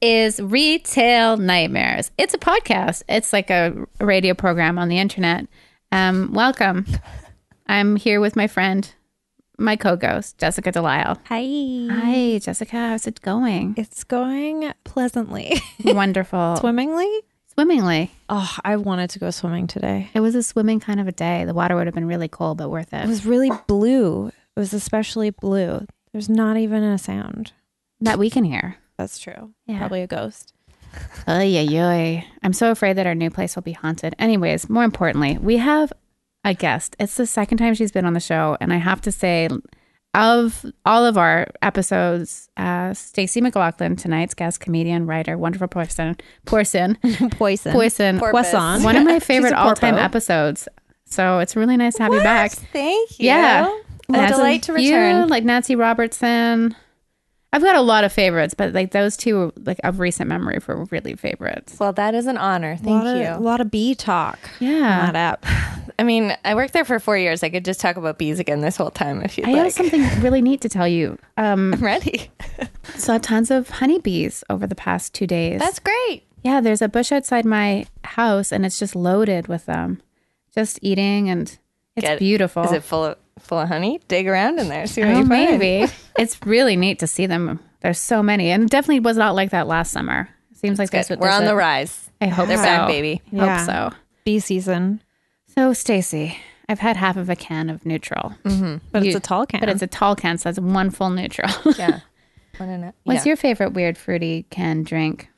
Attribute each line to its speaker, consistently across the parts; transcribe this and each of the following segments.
Speaker 1: is Retail Nightmares. It's a podcast. It's like a radio program on the internet. Um, welcome. I'm here with my friend, my co-ghost, Jessica Delisle.
Speaker 2: Hi.
Speaker 1: Hi, Jessica. How's it going?
Speaker 2: It's going pleasantly,
Speaker 1: Wonderful.
Speaker 2: swimmingly.
Speaker 1: Swimmingly.
Speaker 2: Oh, I wanted to go swimming today.
Speaker 1: It was a swimming kind of a day. The water would have been really cold, but worth
Speaker 2: It
Speaker 1: it.
Speaker 2: was really blue. It was especially blue. There's not even a sound.
Speaker 1: That we can hear.
Speaker 2: That's true.
Speaker 1: Yeah.
Speaker 2: Probably a ghost.
Speaker 1: Ay, ay, ay. I'm so afraid that our new place will be haunted. Anyways, more importantly, we have a guest. It's the second time she's been on the show, and I have to say, of all of our episodes, uh, Stacey McLaughlin, tonight's guest, comedian, writer, wonderful person, person,
Speaker 2: Poison.
Speaker 1: poison,
Speaker 3: Porpoise.
Speaker 2: Poisson.
Speaker 1: one of my favorite
Speaker 2: She's a porpo.
Speaker 1: all-time episodes. So it's really nice to have you back.
Speaker 3: Thank you.
Speaker 1: Yeah.
Speaker 3: What a
Speaker 1: As
Speaker 3: delight to
Speaker 1: of you,
Speaker 3: return.
Speaker 1: like Nancy Robertson. I've got a lot of favorites, but like those two, like of recent memory, were really favorites.
Speaker 3: Well, that is an honor.
Speaker 2: A lot
Speaker 3: Thank
Speaker 2: of,
Speaker 3: you.
Speaker 2: lot of bee talk.
Speaker 1: Yeah.
Speaker 2: Not up.
Speaker 3: I mean, I worked there for four years. I could just talk about bees again this whole time if you'd
Speaker 1: I
Speaker 3: like.
Speaker 1: have something really neat to tell you. Um,
Speaker 3: I'm ready.
Speaker 1: saw tons of honeybees over the past two days.
Speaker 3: That's great.
Speaker 1: yeah, there's a bush outside my house, and it's just loaded with them, just eating, and it's
Speaker 3: Get-
Speaker 1: beautiful.
Speaker 3: Is it full of full of honey? Dig around in there. See what
Speaker 1: oh,
Speaker 3: you find.
Speaker 1: maybe it's really neat to see them. There's so many, and it definitely was not like that last summer. Seems like
Speaker 3: Good.
Speaker 1: that's what
Speaker 3: We're
Speaker 1: there's
Speaker 3: on
Speaker 1: a-
Speaker 3: the rise.
Speaker 1: I hope
Speaker 3: They're
Speaker 1: so.
Speaker 3: back, baby.
Speaker 1: Hope
Speaker 2: Yeah.
Speaker 1: so.
Speaker 2: Bee season.
Speaker 1: So, Stacy, I've had half of a can of neutral,
Speaker 2: But it's
Speaker 1: You-
Speaker 2: a tall can.
Speaker 1: but it's a tall can, so that's one full neutral.
Speaker 3: Yeah. What an-
Speaker 1: What's
Speaker 3: yeah.
Speaker 1: your favorite weird fruity can drink?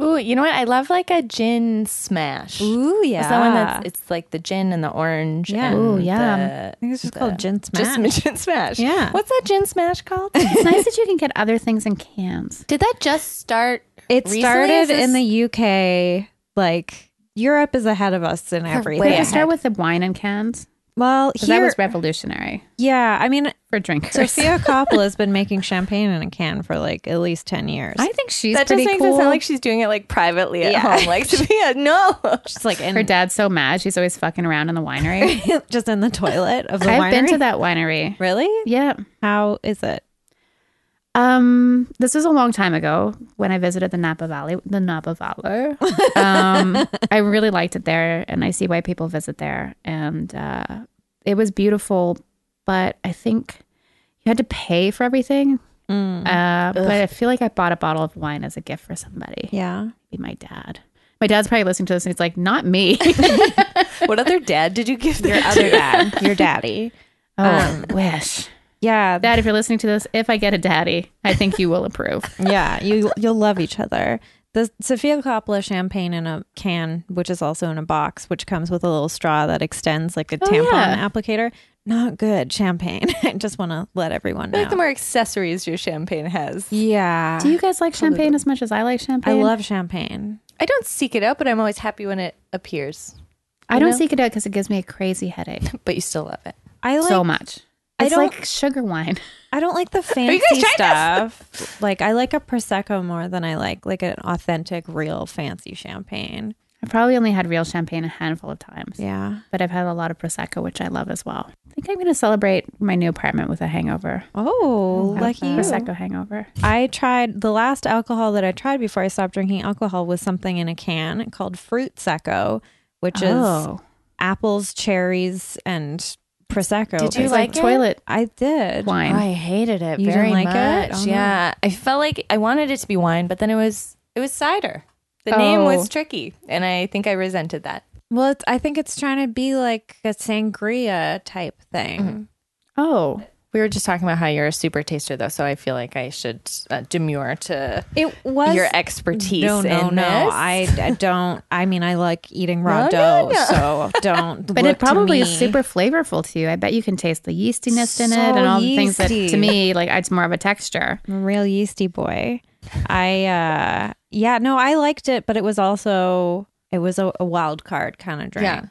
Speaker 3: Ooh, you know what? I love like a gin smash.
Speaker 2: Ooh, yeah.
Speaker 3: It's the one that's it's like the gin and the orange.
Speaker 2: Yeah.
Speaker 3: and
Speaker 1: Ooh, yum.
Speaker 3: the-
Speaker 2: I think it's just called gin smash.
Speaker 3: just gin smash.
Speaker 2: Yeah.
Speaker 3: What's that gin smash called?
Speaker 1: It's nice that you can get other things in cans.
Speaker 3: Did that just start?
Speaker 2: it
Speaker 3: recently?
Speaker 2: started
Speaker 3: Is this-
Speaker 2: in the UK. Like Europe is ahead of us in everything.
Speaker 1: Did
Speaker 3: Way
Speaker 1: it
Speaker 3: ahead.
Speaker 1: start with the wine in cans?
Speaker 2: Well,
Speaker 1: 'Cause
Speaker 2: here,
Speaker 1: that was revolutionary
Speaker 2: yeah. I mean,
Speaker 1: for drinkers.
Speaker 2: Sophia Coppola has been making champagne in a can for like at least 10 years.
Speaker 1: I think she's
Speaker 3: That just
Speaker 1: pretty
Speaker 3: makes
Speaker 1: cool.
Speaker 3: it sound like she's doing it like privately at
Speaker 2: Yeah.
Speaker 3: home. Like Sophia, no.
Speaker 2: just like
Speaker 1: Her
Speaker 2: in,
Speaker 1: dad's so mad. She's always fucking around in the winery.
Speaker 2: just in the toilet of the
Speaker 1: I've
Speaker 2: winery.
Speaker 1: been to that winery.
Speaker 2: Really?
Speaker 1: Yeah.
Speaker 2: How is it?
Speaker 1: Um, this was a long time ago when I visited the Napa Valley, the Napa Valley. Um, I really liked it there, and I see why people visit there. And uh, it was beautiful, but I think you had to pay for everything. Uh, but I feel like I bought a bottle of wine as a gift for somebody.
Speaker 2: Yeah.
Speaker 1: Maybe my dad. My dad's probably listening to this, and he's like, "Not me."
Speaker 3: what other dad did you give
Speaker 2: Your
Speaker 3: that
Speaker 2: other dad, your daddy.
Speaker 1: oh, wish,
Speaker 2: Yeah.
Speaker 1: Dad, if you're listening to this, if I get a daddy, I think you will approve.
Speaker 2: yeah. You you'll love each other. The Sophia Coppola champagne in a can, which is also in a box, which comes with a little straw that extends like a
Speaker 1: Oh,
Speaker 2: tampon
Speaker 1: yeah.
Speaker 2: applicator. Not good champagne. I just want to let everyone
Speaker 3: I
Speaker 2: know.
Speaker 3: like the more accessories your champagne has.
Speaker 2: yeah.
Speaker 1: Do you guys like champagne as much as I like
Speaker 2: I
Speaker 1: champagne?
Speaker 2: love champagne.
Speaker 3: I don't seek it out, but I'm always happy when it appears.
Speaker 1: I don't seek it out because it gives me a crazy headache
Speaker 3: But you still love it.
Speaker 2: I like
Speaker 1: so much.
Speaker 2: I
Speaker 1: It's
Speaker 2: don't-
Speaker 1: like sugar wine.
Speaker 2: I don't like the
Speaker 3: you
Speaker 2: fancy
Speaker 3: guys trying
Speaker 2: stuff. like I like a prosecco more than I like like an authentic, real fancy champagne.
Speaker 1: I probably only had real champagne a handful of times,
Speaker 2: Yeah.
Speaker 1: but I've had a lot of prosecco, which I love as well. I think I'm going to celebrate my new apartment with a hangover,
Speaker 2: Oh,
Speaker 1: Have
Speaker 2: lucky
Speaker 1: a
Speaker 2: you.
Speaker 1: prosecco hangover.
Speaker 2: I tried the last alcohol that I tried before I stopped drinking alcohol was something in a can called fruit secco, which is
Speaker 1: oh,
Speaker 2: apples, cherries, and prosecco.
Speaker 3: Did you
Speaker 2: It's
Speaker 3: like it?
Speaker 1: toilet
Speaker 2: I did.
Speaker 1: wine.
Speaker 3: I hated it
Speaker 2: You
Speaker 3: very
Speaker 2: didn't like it?
Speaker 3: much.
Speaker 2: Oh, no.
Speaker 3: yeah. I felt like I wanted it to be wine, but then it was it was cider. The name
Speaker 1: Oh.
Speaker 3: was tricky, and I think I resented that.
Speaker 2: Well, it's, I think it's trying to be like a sangria type thing.
Speaker 3: Mm-hmm.
Speaker 1: Oh,
Speaker 3: We were just talking about how you're a super taster, though, so I feel like I should uh, demur to
Speaker 2: It was
Speaker 3: your expertise.
Speaker 2: No, no,
Speaker 3: in
Speaker 2: no.
Speaker 3: this.
Speaker 2: I, I don't. I mean, I like eating raw
Speaker 3: No, no,
Speaker 2: dough, so don't.
Speaker 1: but
Speaker 2: look
Speaker 1: it
Speaker 2: to
Speaker 1: probably
Speaker 2: me.
Speaker 1: is super flavorful to you. I bet you can taste the yeastiness in
Speaker 2: So
Speaker 1: it and all the things that to
Speaker 2: yeasty.
Speaker 1: me, like it's more of a texture.
Speaker 2: I'm a real yeasty boy. I uh yeah, no, I liked it, but it was also it was a, a wild card kind of drink.
Speaker 3: Yeah.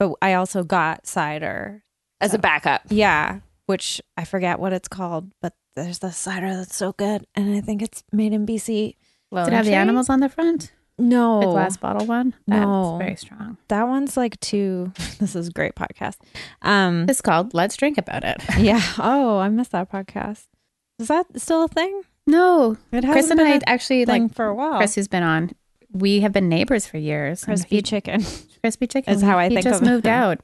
Speaker 2: But I also got cider.
Speaker 3: as a backup.
Speaker 2: Yeah, which I forget what it's called, but there's the cider that's so good, and I think it's made in BC.
Speaker 1: Did
Speaker 2: Oh,
Speaker 1: it have the
Speaker 3: Lone
Speaker 1: animals on the front?
Speaker 2: No,
Speaker 1: The glass bottle one? That's
Speaker 2: Oh. No.
Speaker 1: very strong.
Speaker 2: that one's like too. this is a great podcast. Um,
Speaker 1: It's called Let's Drink About It.
Speaker 2: yeah. Oh, I missed that podcast. Is that still a thing?
Speaker 1: No,
Speaker 2: It
Speaker 1: Chris
Speaker 2: hasn't
Speaker 1: and I
Speaker 2: been a
Speaker 1: actually
Speaker 2: thing Oh.
Speaker 1: like
Speaker 2: for a while.
Speaker 1: Chris, who's been on. We have been neighbors for years. And
Speaker 2: crispy chicken.
Speaker 1: he- crispy chicken
Speaker 2: is how I
Speaker 1: he
Speaker 2: think
Speaker 1: just
Speaker 2: of it.
Speaker 1: moved out.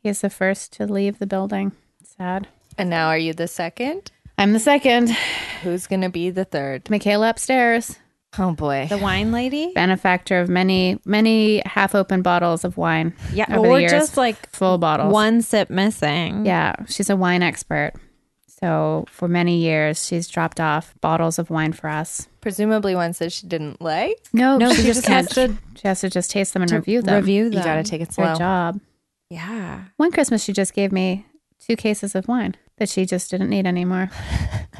Speaker 1: He is the first to leave the building. Sad.
Speaker 3: And now are you the second?
Speaker 1: I'm the second.
Speaker 3: Who's going to be the third?
Speaker 1: Michaela upstairs.
Speaker 3: Oh boy.
Speaker 2: The wine lady.
Speaker 1: benefactor of many, many half open bottles of wine.
Speaker 2: Yeah,
Speaker 1: over the
Speaker 2: or
Speaker 1: years.
Speaker 2: just like
Speaker 1: Full bottles.
Speaker 2: one sip missing.
Speaker 1: Yeah. She's a wine expert. So for many years, she's dropped off bottles of wine for us.
Speaker 3: Presumably ones that she didn't like.
Speaker 1: No,
Speaker 2: No,
Speaker 1: she,
Speaker 2: she
Speaker 1: just,
Speaker 2: just has
Speaker 1: can't. she has to just taste them and review them.
Speaker 2: Review them.
Speaker 3: You got to take it
Speaker 1: Her
Speaker 3: slow.
Speaker 1: job.
Speaker 2: Yeah.
Speaker 1: One Christmas, she just gave me two cases of wine that she just didn't need anymore.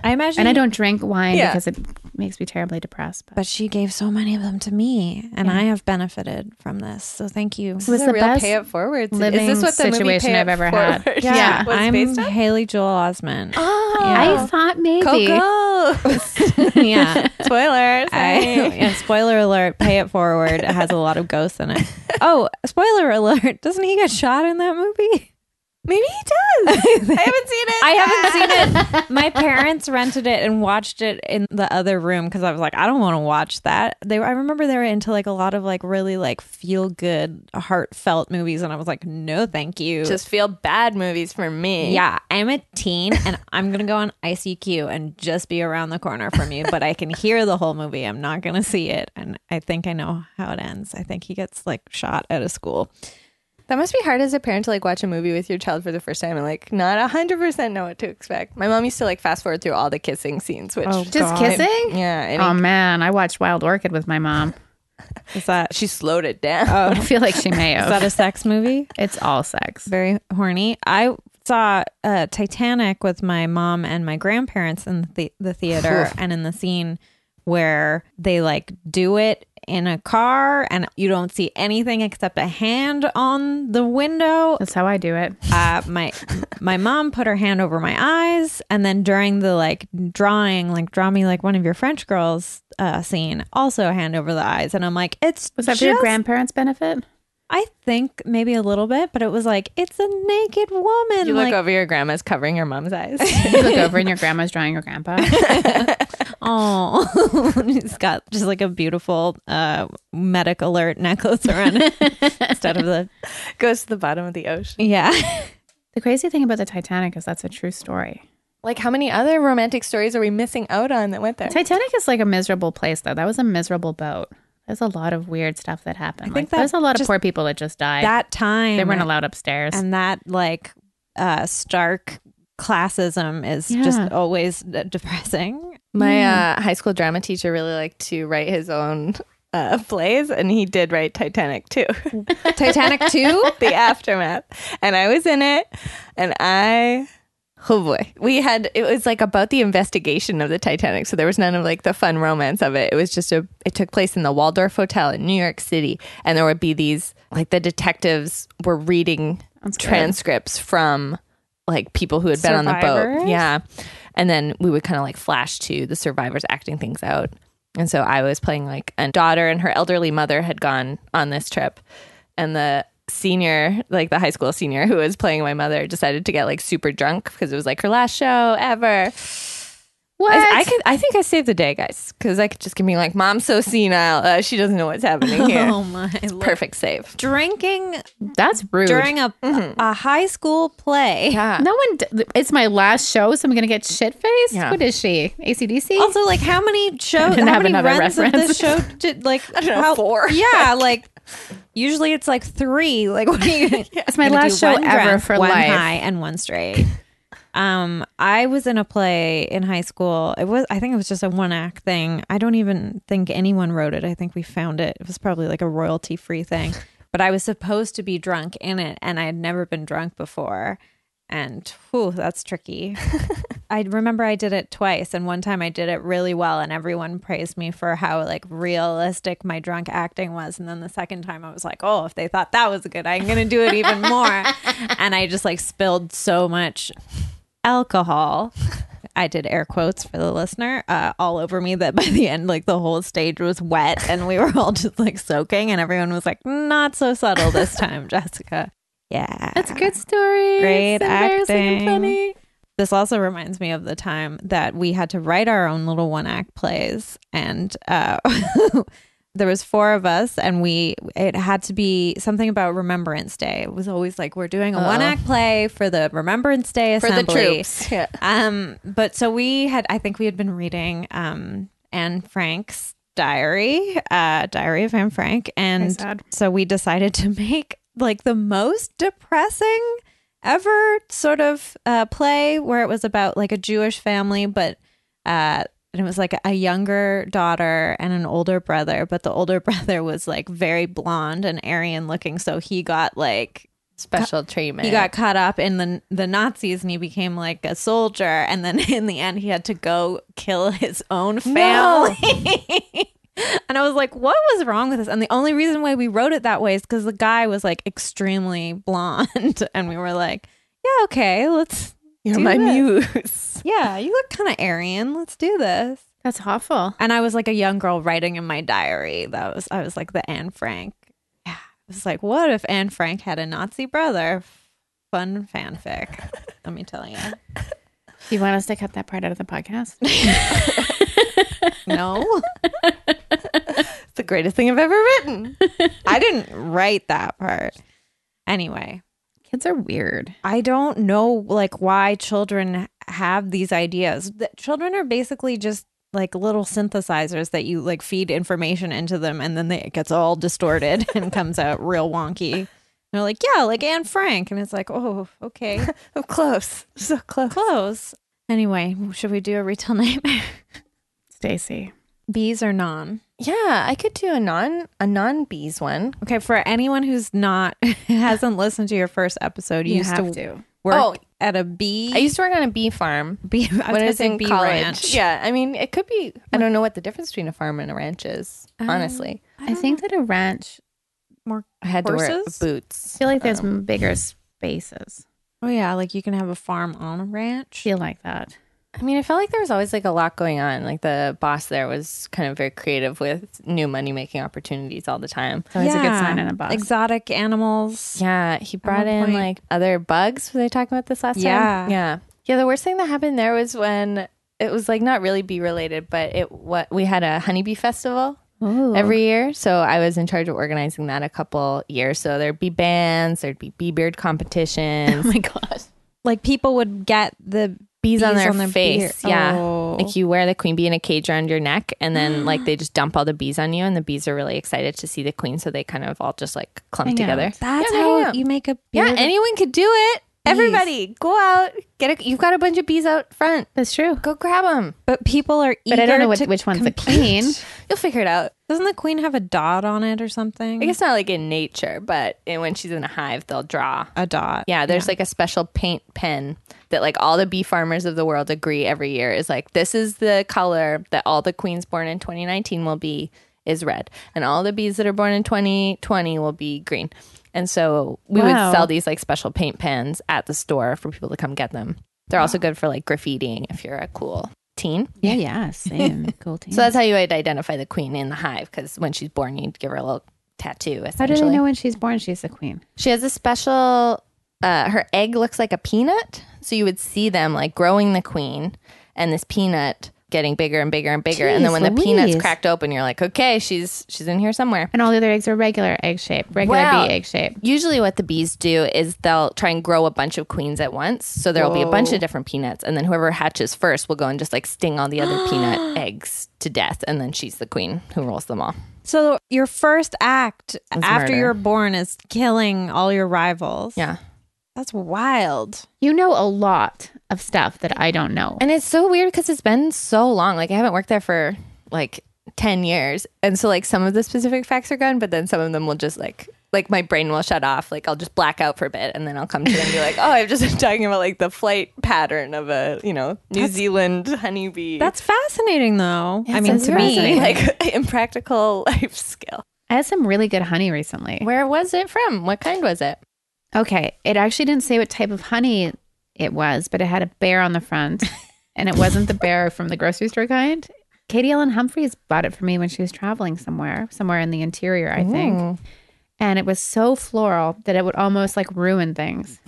Speaker 2: I imagine.
Speaker 1: And I don't drink wine
Speaker 3: Yeah.
Speaker 1: because it makes me terribly depressed. But
Speaker 2: But she gave so many of them to me, and I have benefited from this. So thank you.
Speaker 1: it was
Speaker 3: This is
Speaker 1: the
Speaker 3: a real
Speaker 1: best
Speaker 3: pay it forward. sit-
Speaker 1: living
Speaker 3: is this what the
Speaker 1: situation
Speaker 3: movie Pay
Speaker 1: I've
Speaker 3: It
Speaker 1: ever
Speaker 3: Forward
Speaker 1: had.
Speaker 2: Yeah,
Speaker 3: was
Speaker 2: I'm
Speaker 3: based on?
Speaker 2: Haley Joel Osment.
Speaker 3: Oh,
Speaker 1: I thought maybe.
Speaker 3: Coco.
Speaker 2: yeah.
Speaker 3: Spoilers.
Speaker 2: I,
Speaker 3: hey.
Speaker 2: yeah, spoiler alert, pay it forward. It has a lot of ghosts in it. Oh, spoiler alert. Doesn't he get shot in that movie?
Speaker 3: Maybe he does. I haven't seen it.
Speaker 2: I haven't seen it. My parents rented it and watched it in the other room because I was like, I don't want to watch that. They, were, I remember they were into like a lot of like really like feel good, heartfelt movies, and I was like, no, thank you.
Speaker 3: Just feel bad movies for me.
Speaker 2: yeah, I'm a teen and I'm gonna go on ICQ and just be around the corner from you, but I can hear the whole movie. I'm not gonna see it, and I think I know how it ends. I think he gets like shot at a school.
Speaker 3: That must be hard as a parent to like watch a movie with your child for the first time and like not 100% know what to expect. My mom used to like fast forward through all the kissing scenes, which
Speaker 1: Just
Speaker 2: God.
Speaker 1: kissing?
Speaker 3: yeah, and
Speaker 1: Oh, man. I watched Wild Orchid with my mom.
Speaker 2: Is that
Speaker 3: she slowed it down.
Speaker 1: I feel like she may
Speaker 2: is
Speaker 1: have.
Speaker 2: that a sex movie?
Speaker 1: It's all sex.
Speaker 2: very horny. I saw uh, Titanic with my mom and my grandparents in the, the- the theater and in the scene where they like do it in a car and you don't see anything except a hand on the window.
Speaker 1: That's how I do it.
Speaker 2: Uh, my my mom put her hand over my eyes and then during the like drawing like draw me like one of your French girls uh, scene also a hand over the eyes and I'm like it's
Speaker 1: Was that for your
Speaker 2: just
Speaker 1: grandparents' benefit?
Speaker 2: I think maybe a little bit but it was like it's a naked woman
Speaker 3: You look
Speaker 2: like
Speaker 3: over your grandma's covering your mom's eyes.
Speaker 1: You look over and your grandma's drawing your grandpa.
Speaker 2: Oh, it's got just like a beautiful uh, medic alert necklace around it instead of the
Speaker 3: Goes to the bottom of the ocean.
Speaker 2: yeah.
Speaker 1: The crazy thing about the Titanic is that's a true story.
Speaker 3: Like how many other romantic stories are we missing out on that went there?
Speaker 1: Titanic is like a miserable place, though. That was a miserable boat. There's a lot of weird stuff that happened.
Speaker 2: think
Speaker 1: like, there's
Speaker 2: that
Speaker 1: a lot of
Speaker 2: just-
Speaker 1: poor people that just died.
Speaker 2: That time
Speaker 1: they weren't allowed upstairs.
Speaker 2: and that like uh, stark classism is just
Speaker 1: Yeah.
Speaker 2: always d- depressing.
Speaker 3: My uh, high school drama teacher really liked to write his own uh, plays, and he did write Titanic too.
Speaker 2: Titanic two.
Speaker 3: the aftermath. And I was in it, and I. Oh boy. We had, it was like about the investigation of the Titanic. So there was none of like the fun romance of it. It was just a, it took place in the Waldorf Hotel in New York City. And there would be these, like the detectives were reading transcripts from like people who had been on the boat.
Speaker 2: Survivors?
Speaker 3: Yeah. And then we would kind of like flash to the survivors acting things out. And so I was playing like a daughter and her elderly mother had gone on this trip. And the senior, like the high school senior who was playing my mother, decided to get like super drunk because it was like her last show ever.
Speaker 1: what?
Speaker 3: I, I could, I think I saved the day, guys, because I could just be like, "Mom's so senile. Uh, she doesn't know what's happening here."
Speaker 2: Oh my! Lord.
Speaker 3: Perfect save.
Speaker 2: Drinking
Speaker 1: that's rude.
Speaker 2: during a a high school play.
Speaker 3: Yeah.
Speaker 1: no one. D- it's my last show, so I'm gonna get shit faced.
Speaker 3: Yeah.
Speaker 1: What is she? ACDC.
Speaker 2: Also, like, how many shows?
Speaker 1: didn't
Speaker 2: How
Speaker 1: have
Speaker 2: many
Speaker 1: another
Speaker 2: runs of
Speaker 1: reference.
Speaker 2: this show? Did like
Speaker 3: know,
Speaker 2: how-
Speaker 3: four.
Speaker 2: Yeah, like usually it's like three. Like, what are you?
Speaker 1: it's my
Speaker 2: gonna
Speaker 1: last
Speaker 2: do
Speaker 1: show
Speaker 2: one
Speaker 1: ever
Speaker 2: drunk,
Speaker 1: for
Speaker 2: one
Speaker 1: life.
Speaker 2: high and one straight. Um, I was in a play in high school. It was, I think, it was just a one act thing. I don't even think anyone wrote it. I think we found it. It was probably like a royalty free thing. But I was supposed to be drunk in it, and I had never been drunk before. And whew, that's tricky. I remember I did it twice, and one time I did it really well, and everyone praised me for how like realistic my drunk acting was. And then the second time, I was like, "Oh, if they thought that was good, I'm gonna do it even more." and I just like spilled so much alcohol. I did air quotes for the listener uh, all over me that by the end, like the whole stage was wet, and we were all just like soaking, and everyone was like, "Not so subtle this time, Jessica." Yeah,
Speaker 1: That's a good story.
Speaker 2: Great
Speaker 1: It's embarrassing and
Speaker 2: acting.
Speaker 1: funny.
Speaker 2: This also reminds me of the time that we had to write our own little one act plays, and uh, there was four of us, and we it had to be something about Remembrance Day. It was always like we're doing a
Speaker 3: Oh.
Speaker 2: one act play for the Remembrance Day
Speaker 3: for
Speaker 2: assembly.
Speaker 3: the troops. Yeah.
Speaker 2: Um, but so we had, I think we had been reading um, Anne Frank's diary, uh, Diary of Anne Frank, and
Speaker 1: sad.
Speaker 2: so we decided to make like the most depressing ever sort of uh, play where it was about like a Jewish family, but uh, and it was like a younger daughter and an older brother, but the older brother was like very blonde and Aryan looking, so he got like
Speaker 3: Special treatment.
Speaker 2: he got caught up in the the Nazis and he became like a soldier and then in the end he had to go kill his own family. and I was like, what was wrong with this? And the only reason why we wrote it that way is cuz the guy was like extremely blonde and we were like, yeah, okay, let's
Speaker 3: You're
Speaker 2: do
Speaker 3: my
Speaker 2: this.
Speaker 3: muse.
Speaker 2: Yeah, you look kind of Aryan. Let's do this.
Speaker 1: That's awful.
Speaker 2: And I was like a young girl writing in my diary. That was I was like the Anne Frank. Yeah. I was like, what if Anne Frank had a Nazi brother? Fun fanfic. Let me tell you.
Speaker 1: Do you want us to cut that part out of the podcast?
Speaker 2: No.
Speaker 3: It's the greatest thing I've ever written.
Speaker 2: I didn't write that part. Anyway,
Speaker 1: Kids are weird.
Speaker 2: I don't know like why children have these ideas. The, children are basically just like little synthesizers that you like feed information into them and then they, it gets all distorted and comes out real wonky. They're like, yeah, like Anne Frank. And it's like, oh, okay,
Speaker 3: Oh, close. So close.
Speaker 2: close. Anyway, should we do a retail nightmare?
Speaker 1: Stacy.
Speaker 2: Bees or non?
Speaker 3: Yeah, I could do a non a non bees one.
Speaker 2: Okay, for anyone who's not, hasn't listened to your first episode, you,
Speaker 1: You
Speaker 2: used
Speaker 1: have
Speaker 2: to,
Speaker 1: to.
Speaker 2: work
Speaker 3: Oh.
Speaker 2: at a bee.
Speaker 3: I used to work on a bee farm
Speaker 2: bee, I was
Speaker 3: when I
Speaker 2: gonna
Speaker 3: was
Speaker 2: say
Speaker 3: in
Speaker 2: bee
Speaker 3: college.
Speaker 2: ranch.
Speaker 3: Yeah, I mean, it could be. I don't know what the difference between a farm and a ranch is.
Speaker 2: Um,
Speaker 3: honestly,
Speaker 1: I think that a ranch,
Speaker 3: I had
Speaker 2: horses?
Speaker 3: to wear
Speaker 1: I
Speaker 3: boots.
Speaker 1: feel like there's
Speaker 3: Um,
Speaker 1: bigger spaces.
Speaker 2: Oh yeah, like you can have a farm on a ranch.
Speaker 1: feel like that.
Speaker 3: I mean, I felt like there was always like a lot going on. Like the boss there was kind of very creative with new money making opportunities all the time.
Speaker 1: It's always a good sign in a box.
Speaker 2: Exotic animals.
Speaker 3: Yeah, he brought
Speaker 2: one
Speaker 3: in
Speaker 2: point-
Speaker 3: like other bugs. Were they talking about this last
Speaker 2: Yeah.
Speaker 3: time? Yeah. Yeah. The worst thing that happened there was when it was like not really bee related, but it what we had a honeybee festival
Speaker 1: Ooh.
Speaker 3: every year. So I was in charge of organizing that a couple years. So there'd be bands, there'd be bee beard competitions.
Speaker 1: Oh my gosh.
Speaker 2: Like people would get the
Speaker 3: Bees, on
Speaker 2: bees
Speaker 3: their,
Speaker 2: beer-
Speaker 3: face, yeah.
Speaker 2: Oh.
Speaker 3: Like you wear the queen bee in a cage around your neck, and then like they just dump all the bees on you, and the bees are really excited to see the queen, so they kind of all just like clump
Speaker 1: Hang
Speaker 3: together.
Speaker 1: out.
Speaker 2: That's
Speaker 3: Yeah,
Speaker 2: how
Speaker 3: yeah.
Speaker 2: you make a beer.
Speaker 3: Yeah, anyone could do it. Everybody, go out. Get a, you've got a bunch of bees out front.
Speaker 1: That's true.
Speaker 3: Go grab them.
Speaker 2: but people are eager
Speaker 1: But I don't know
Speaker 2: to
Speaker 1: what, which one's the
Speaker 2: compete.
Speaker 1: queen.
Speaker 3: You'll figure it out.
Speaker 2: Doesn't the queen have a dot on it or something?
Speaker 3: I guess not like in nature, but in- when she's in a hive, they'll draw.
Speaker 2: a dot.
Speaker 3: Yeah, there's like a special paint pen that like all the bee farmers of the world agree every year is like this is the color that all the queens born in 2019 will be is red, and all the bees that are born in 2020 will be green. And so we
Speaker 1: Wow.
Speaker 3: would sell these like special paint pens at the store for people to come get them. They're also good for like graffitiing if you're a cool teen.
Speaker 1: Yeah, yeah. Same. cool team.
Speaker 3: So that's how you would identify the queen in the hive because when she's born, you'd give her a little tattoo. Essentially,
Speaker 1: how do they know when she's born she's the queen?
Speaker 3: she has a special. Uh, her egg looks like a peanut, so you would see them like growing the queen, and this peanut getting bigger and bigger and bigger. and then
Speaker 1: Jeez
Speaker 3: when the peanut's
Speaker 1: Louise.
Speaker 3: cracked open, you're like, okay, she's she's in here somewhere.
Speaker 1: And all the other eggs are regular egg shape, regular
Speaker 3: Wow.
Speaker 1: bee egg shape.
Speaker 3: Usually, what the bees do is they'll try and grow a bunch of queens at once. So there'll be a bunch
Speaker 2: Whoa.
Speaker 3: of different peanuts, and then whoever hatches first will go and just like sting all the other peanut eggs to death, and then she's the queen who rules them all.
Speaker 2: So your first act after
Speaker 3: murder.
Speaker 2: you're born is killing all your rivals.
Speaker 3: Yeah.
Speaker 2: That's wild.
Speaker 1: You know a lot of stuff that I don't know.
Speaker 3: And it's so weird because it's been so long. Like I haven't worked there for like ten years, and so like some of the specific facts are gone, but then some of them will just like like my brain will shut off. Like I'll just black out for a bit, and then I'll come to it and be like, oh, I've just been talking about like the flight pattern of a you know New Zealand honeybee.
Speaker 2: That's fascinating though. I mean
Speaker 1: sounds
Speaker 2: to me.
Speaker 1: fascinating.
Speaker 3: like impractical life skill.
Speaker 1: I had some really good honey recently.
Speaker 3: Where was it from? What kind was it?
Speaker 1: Okay. It actually didn't say what type of honey it was, but it had a bear on the front and it wasn't the bear from the grocery store kind. Katie Ellen Humphreys bought it for me when she was traveling somewhere, somewhere in the interior, I think. And it was so floral that it would almost like ruin things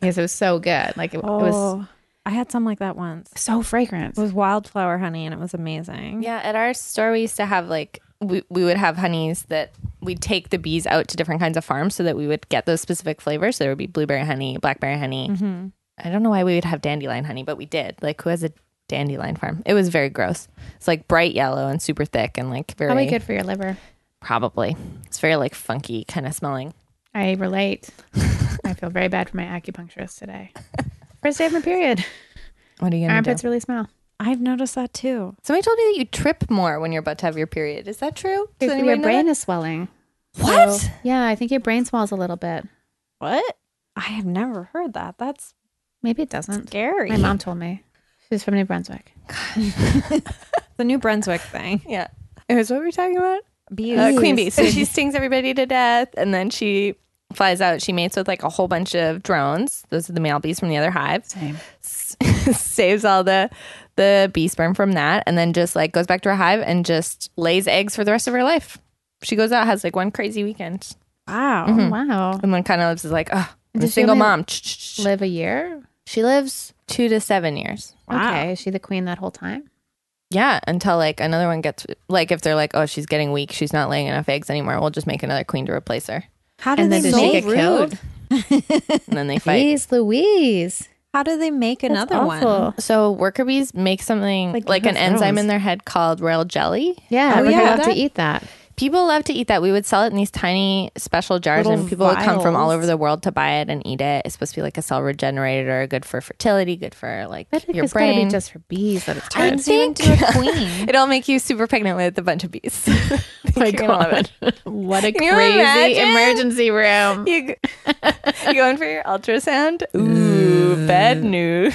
Speaker 1: because it was so good. Like it, it was,
Speaker 2: I I had some like that once.
Speaker 1: So fragrant.
Speaker 2: It was wildflower honey and it was amazing.
Speaker 3: Yeah, at our store, we used to have like, we, we would have honeys that we'd take the bees out to different kinds of farms so that we would get those specific flavors. So there would be blueberry honey, blackberry honey. I don't know why we would have dandelion honey, but we did. Like, who has a dandelion farm? It was very gross. It's like bright yellow and super thick and like very.
Speaker 1: Probably good for your liver.
Speaker 3: Probably. It's very like funky kind of smelling.
Speaker 1: I relate. I feel very bad for my acupuncturist today. First day of my period.
Speaker 3: What are you going to do?
Speaker 1: Armpits really smell.
Speaker 2: I've noticed that too.
Speaker 3: Somebody told me that you trip more when you're about to have your period. Is that true? Does
Speaker 1: Basically,
Speaker 3: anybody
Speaker 1: your
Speaker 3: know
Speaker 1: brain is swelling.
Speaker 3: that? What?
Speaker 1: So, yeah, I think your brain swells a little bit.
Speaker 2: What? I have never heard that. That's
Speaker 1: Maybe it doesn't.
Speaker 2: scary.
Speaker 1: My mom told me. She's from New Brunswick.
Speaker 2: The New Brunswick thing.
Speaker 3: Yeah. It was what we were talking about?
Speaker 2: Bees.
Speaker 3: Uh, queen bee. So she stings everybody to death and then she flies out. She mates with like a whole bunch of drones. Those are the male bees from the other hives.
Speaker 1: Same.
Speaker 3: Saves all the the bee sperm from that and then just like goes back to her hive and just lays eggs for the rest of her life. She goes out, has like one crazy weekend.
Speaker 2: Wow.
Speaker 1: Oh,
Speaker 3: Hmm.
Speaker 1: Wow.
Speaker 3: And then kind of is like, oh, I'm a
Speaker 1: Does she
Speaker 3: single
Speaker 1: only
Speaker 3: mom.
Speaker 1: Live a year?
Speaker 3: She lives two to seven years.
Speaker 2: Wow.
Speaker 1: Okay. Is she the queen that whole time?
Speaker 3: Yeah, until like another one gets like if they're like, oh, she's getting weak, she's not laying enough eggs anymore. We'll just make another queen to replace her,
Speaker 2: How do
Speaker 1: And
Speaker 2: they
Speaker 1: then does
Speaker 2: make
Speaker 1: she get killed?
Speaker 3: and then they fight.
Speaker 1: Jeez Louise.
Speaker 2: How do they make another one?
Speaker 1: awful.
Speaker 3: so worker bees make something
Speaker 2: Like
Speaker 3: like, an
Speaker 2: those
Speaker 3: enzyme
Speaker 2: those.
Speaker 3: in their head called rail jelly.
Speaker 1: Yeah,
Speaker 2: Oh,
Speaker 1: we
Speaker 2: yeah.
Speaker 1: have to
Speaker 3: That-
Speaker 1: eat that.
Speaker 3: People love to eat that. We would sell it in these tiny special jars,
Speaker 2: Little
Speaker 3: and people would come from all
Speaker 2: vials.
Speaker 3: over the world to buy it and eat it. It's supposed to be like a cell regenerator, good for fertility, good for like
Speaker 1: I think
Speaker 3: your
Speaker 1: it's got to
Speaker 3: brain.
Speaker 1: be just for bees that it's
Speaker 3: I
Speaker 1: turned.
Speaker 3: think
Speaker 2: queen.
Speaker 3: it'll make you super pregnant with a bunch of bees.
Speaker 1: my
Speaker 3: You're gonna love it.
Speaker 1: What a
Speaker 3: Can you
Speaker 1: crazy
Speaker 3: imagine?
Speaker 1: emergency room.
Speaker 3: You, g- you going for your ultrasound? Ooh, bad news.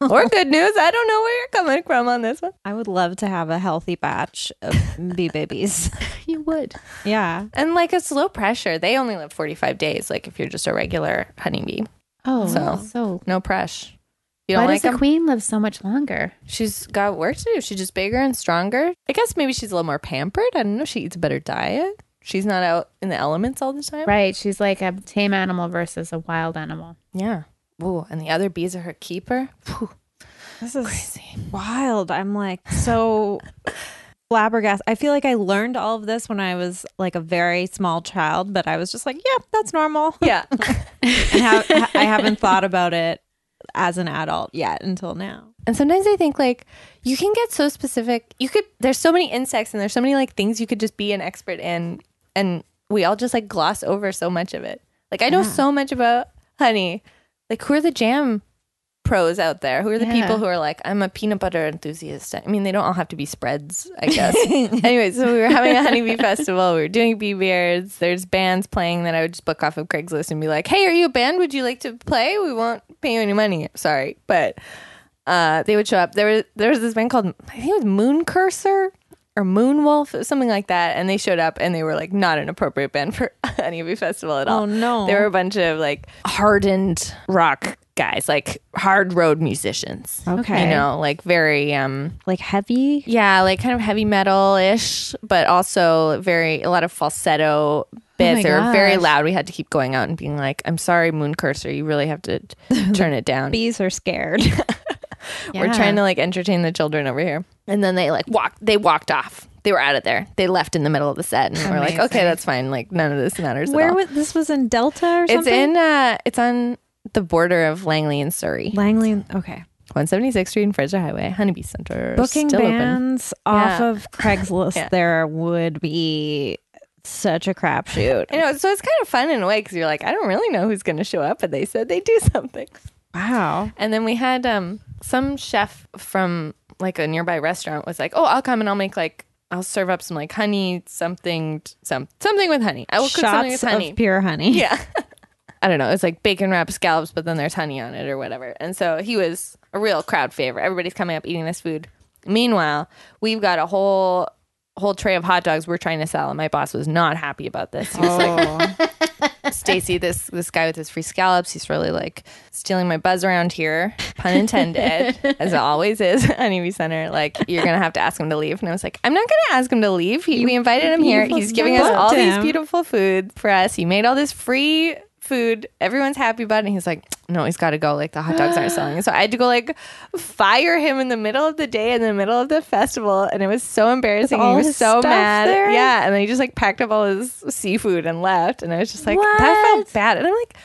Speaker 3: or good news. I don't know where you're coming from on this one.
Speaker 2: I would love to have a healthy batch of bee babies.
Speaker 1: You would.
Speaker 2: Yeah.
Speaker 3: And like it's low pressure. They only live 45 days, like if you're just a regular honeybee.
Speaker 1: Oh,
Speaker 3: So-
Speaker 1: so,
Speaker 3: No pressure. You
Speaker 1: why does
Speaker 3: don't like
Speaker 1: the
Speaker 3: them?
Speaker 1: queen live so much longer?
Speaker 3: she's got work to do. She's just bigger and stronger. I guess maybe she's a little more pampered. I don't know. She eats a better diet. She's not out in the elements all the time.
Speaker 1: Right, she's like a tame animal versus a wild animal.
Speaker 3: Yeah. Ooh, and the other bees are her keeper. Phew.
Speaker 2: This is wild. I'm like so flabbergasted. I feel like I learned all of this when I was like a very small child, but I was just like, yeah, that's normal.
Speaker 3: Yeah.
Speaker 2: And ha- I haven't thought about it as an adult yet until now.
Speaker 3: And sometimes I think like you can get so specific. You could there's so many insects and there's so many like things you could just be an expert in and we all just like gloss over so much of it. Like I know so much about honey. Like who are the jam pros out there? Who are the
Speaker 1: Yeah.
Speaker 3: people who are like I'm a peanut butter enthusiast? I mean, they don't all have to be spreads, I guess. anyway, so we were having a honeybee festival. We were doing bee beards. There's bands playing that I would just book off of Craigslist and be like, "Hey, are you a band? Would you like to play? We won't pay you any money." Sorry, but uh, they would show up. There was there was this band called I think it was Moon Cursor or Moon Wolf, something like that. And they showed up and they were like not an appropriate band for any of festival at all.
Speaker 2: Oh, no.
Speaker 3: They were a bunch of like hardened rock guys, like hard road musicians.
Speaker 2: Okay.
Speaker 3: You know, like very um
Speaker 2: Like heavy.
Speaker 3: yeah, like kind of heavy metal ish, but also very a lot of falsetto bits. they were very
Speaker 1: gosh.
Speaker 3: loud. We had to keep going out and being like, "I'm sorry, Moon Cursor, you really have to turn it down."
Speaker 2: Bees are scared.
Speaker 3: We're
Speaker 1: Yeah.
Speaker 3: trying to like entertain the children over here. And then they like walked they walked off. They were out of there. They left in the middle of the set and we're like, okay, that's fine. Like none of this matters. at
Speaker 2: Where
Speaker 3: all.
Speaker 2: was this was in Delta or
Speaker 3: it's
Speaker 2: something?
Speaker 3: in uh it's on the border of Langley and Surrey.
Speaker 2: Langley. Okay.
Speaker 3: One seventy sixth Street and Fraser Highway, Honeybee Center.
Speaker 2: Booking
Speaker 3: still open.
Speaker 2: bands off
Speaker 3: Yeah.
Speaker 2: of Craigslist
Speaker 3: Yeah.
Speaker 2: there would be such a crapshoot.
Speaker 3: You know, so it's kind of fun in a way because you're like, I don't really know who's going to show up, but they said they do something.
Speaker 2: Wow.
Speaker 3: And then we had um, some chef from like a nearby restaurant was like, "Oh, I'll come and I'll make like I'll serve up some like honey something some something with honey. I will cook Oh, something with
Speaker 2: Shots
Speaker 3: honey.
Speaker 2: of pure honey.
Speaker 3: yeah, I don't know. It's like bacon wrapped scallops, but then there's honey on it or whatever. And so he was a real crowd favorite. Everybody's coming up eating this food. Meanwhile, we've got a whole whole tray of hot dogs we're trying to sell, and my boss was not happy about this. He was like,
Speaker 2: Oh.
Speaker 3: Stacy, this this guy with his free scallops, he's really like stealing my buzz around here, pun intended, as it always is at Honeybee Center. Like you're gonna have to ask him to leave, and I was like, I'm not gonna ask him to leave. He, we invited him here.
Speaker 2: you
Speaker 3: He's giving us all
Speaker 2: booked
Speaker 3: these
Speaker 2: him.
Speaker 3: beautiful food for us. He made all this free food. Everyone's happy about it. And he's like, no, he's got to go. Like the hot dogs aren't selling. So I had to go like fire him in the middle of the day, in the middle of the festival, and it was so embarrassing.
Speaker 2: all
Speaker 3: he was
Speaker 2: his
Speaker 3: so
Speaker 2: stuff
Speaker 3: mad.
Speaker 2: there?
Speaker 3: Yeah, and then he just like packed up all his seafood and left, and I was just like, that felt bad. And I'm like,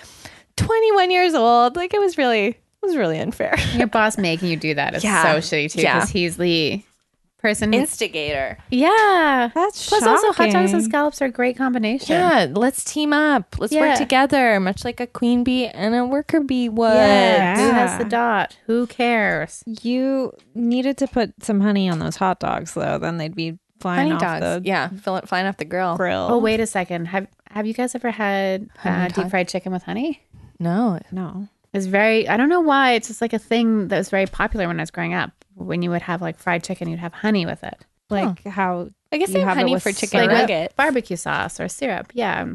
Speaker 3: 21 years old. Like it was really, it was really unfair.
Speaker 1: Your boss making you do that is
Speaker 3: Yeah.
Speaker 1: so shitty too
Speaker 3: Yeah.
Speaker 1: because he's the person.
Speaker 3: Instigator.
Speaker 1: yeah.
Speaker 2: That's
Speaker 1: Plus, also hot dogs and
Speaker 2: shocking.
Speaker 1: scallops are a great combination.
Speaker 3: Yeah, let's team up. Let's
Speaker 1: Yeah.
Speaker 3: work together, much like a queen bee and a worker bee would.
Speaker 1: Yeah. Who has
Speaker 2: Yeah.
Speaker 1: the dot? Who cares?
Speaker 2: You needed to put some honey on those hot dogs, though. Then they'd be flying
Speaker 3: Honey
Speaker 2: off
Speaker 3: dogs.
Speaker 2: the
Speaker 3: yeah, fill- flying off the grill.
Speaker 2: grill.
Speaker 1: Oh, wait a second. Have Have you guys ever had uh, deep fried chicken with honey?
Speaker 3: No,
Speaker 2: no.
Speaker 1: It's very. I don't know why. It's just like a thing that was very popular when I was growing up. When you would have like fried chicken, you'd have honey with it,
Speaker 2: Like how
Speaker 3: I guess
Speaker 2: You
Speaker 3: they
Speaker 2: have
Speaker 3: have
Speaker 2: it
Speaker 3: honey
Speaker 2: with
Speaker 3: for chicken
Speaker 1: like with
Speaker 3: nuggets.
Speaker 1: barbecue sauce or syrup. Yeah,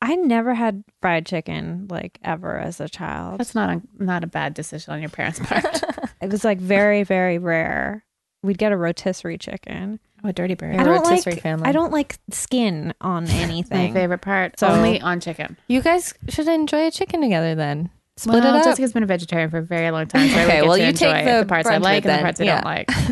Speaker 2: I never had fried chicken like ever as a child.
Speaker 1: that's not a not a bad decision on your parents' part.
Speaker 2: It was like very, very rare. We'd get a rotisserie chicken.
Speaker 1: oh, a dirty bird.
Speaker 3: Yeah,
Speaker 2: I don't
Speaker 3: rotisserie
Speaker 2: like.
Speaker 3: family.
Speaker 2: I don't like skin on
Speaker 1: My
Speaker 2: anything.
Speaker 1: favorite part.
Speaker 3: Oh.
Speaker 2: So-
Speaker 1: Only on chicken.
Speaker 3: You guys should enjoy a chicken together then. Split
Speaker 1: well,
Speaker 3: it up.
Speaker 1: Jessica's been a vegetarian for a very long time. So I
Speaker 3: Okay,
Speaker 1: would get
Speaker 3: well,
Speaker 1: to
Speaker 3: you
Speaker 1: enjoy
Speaker 3: take the
Speaker 1: parts
Speaker 3: brunt
Speaker 1: I
Speaker 3: of
Speaker 1: like and
Speaker 3: it
Speaker 1: the
Speaker 3: then.
Speaker 1: parts I
Speaker 3: Yeah.
Speaker 1: don't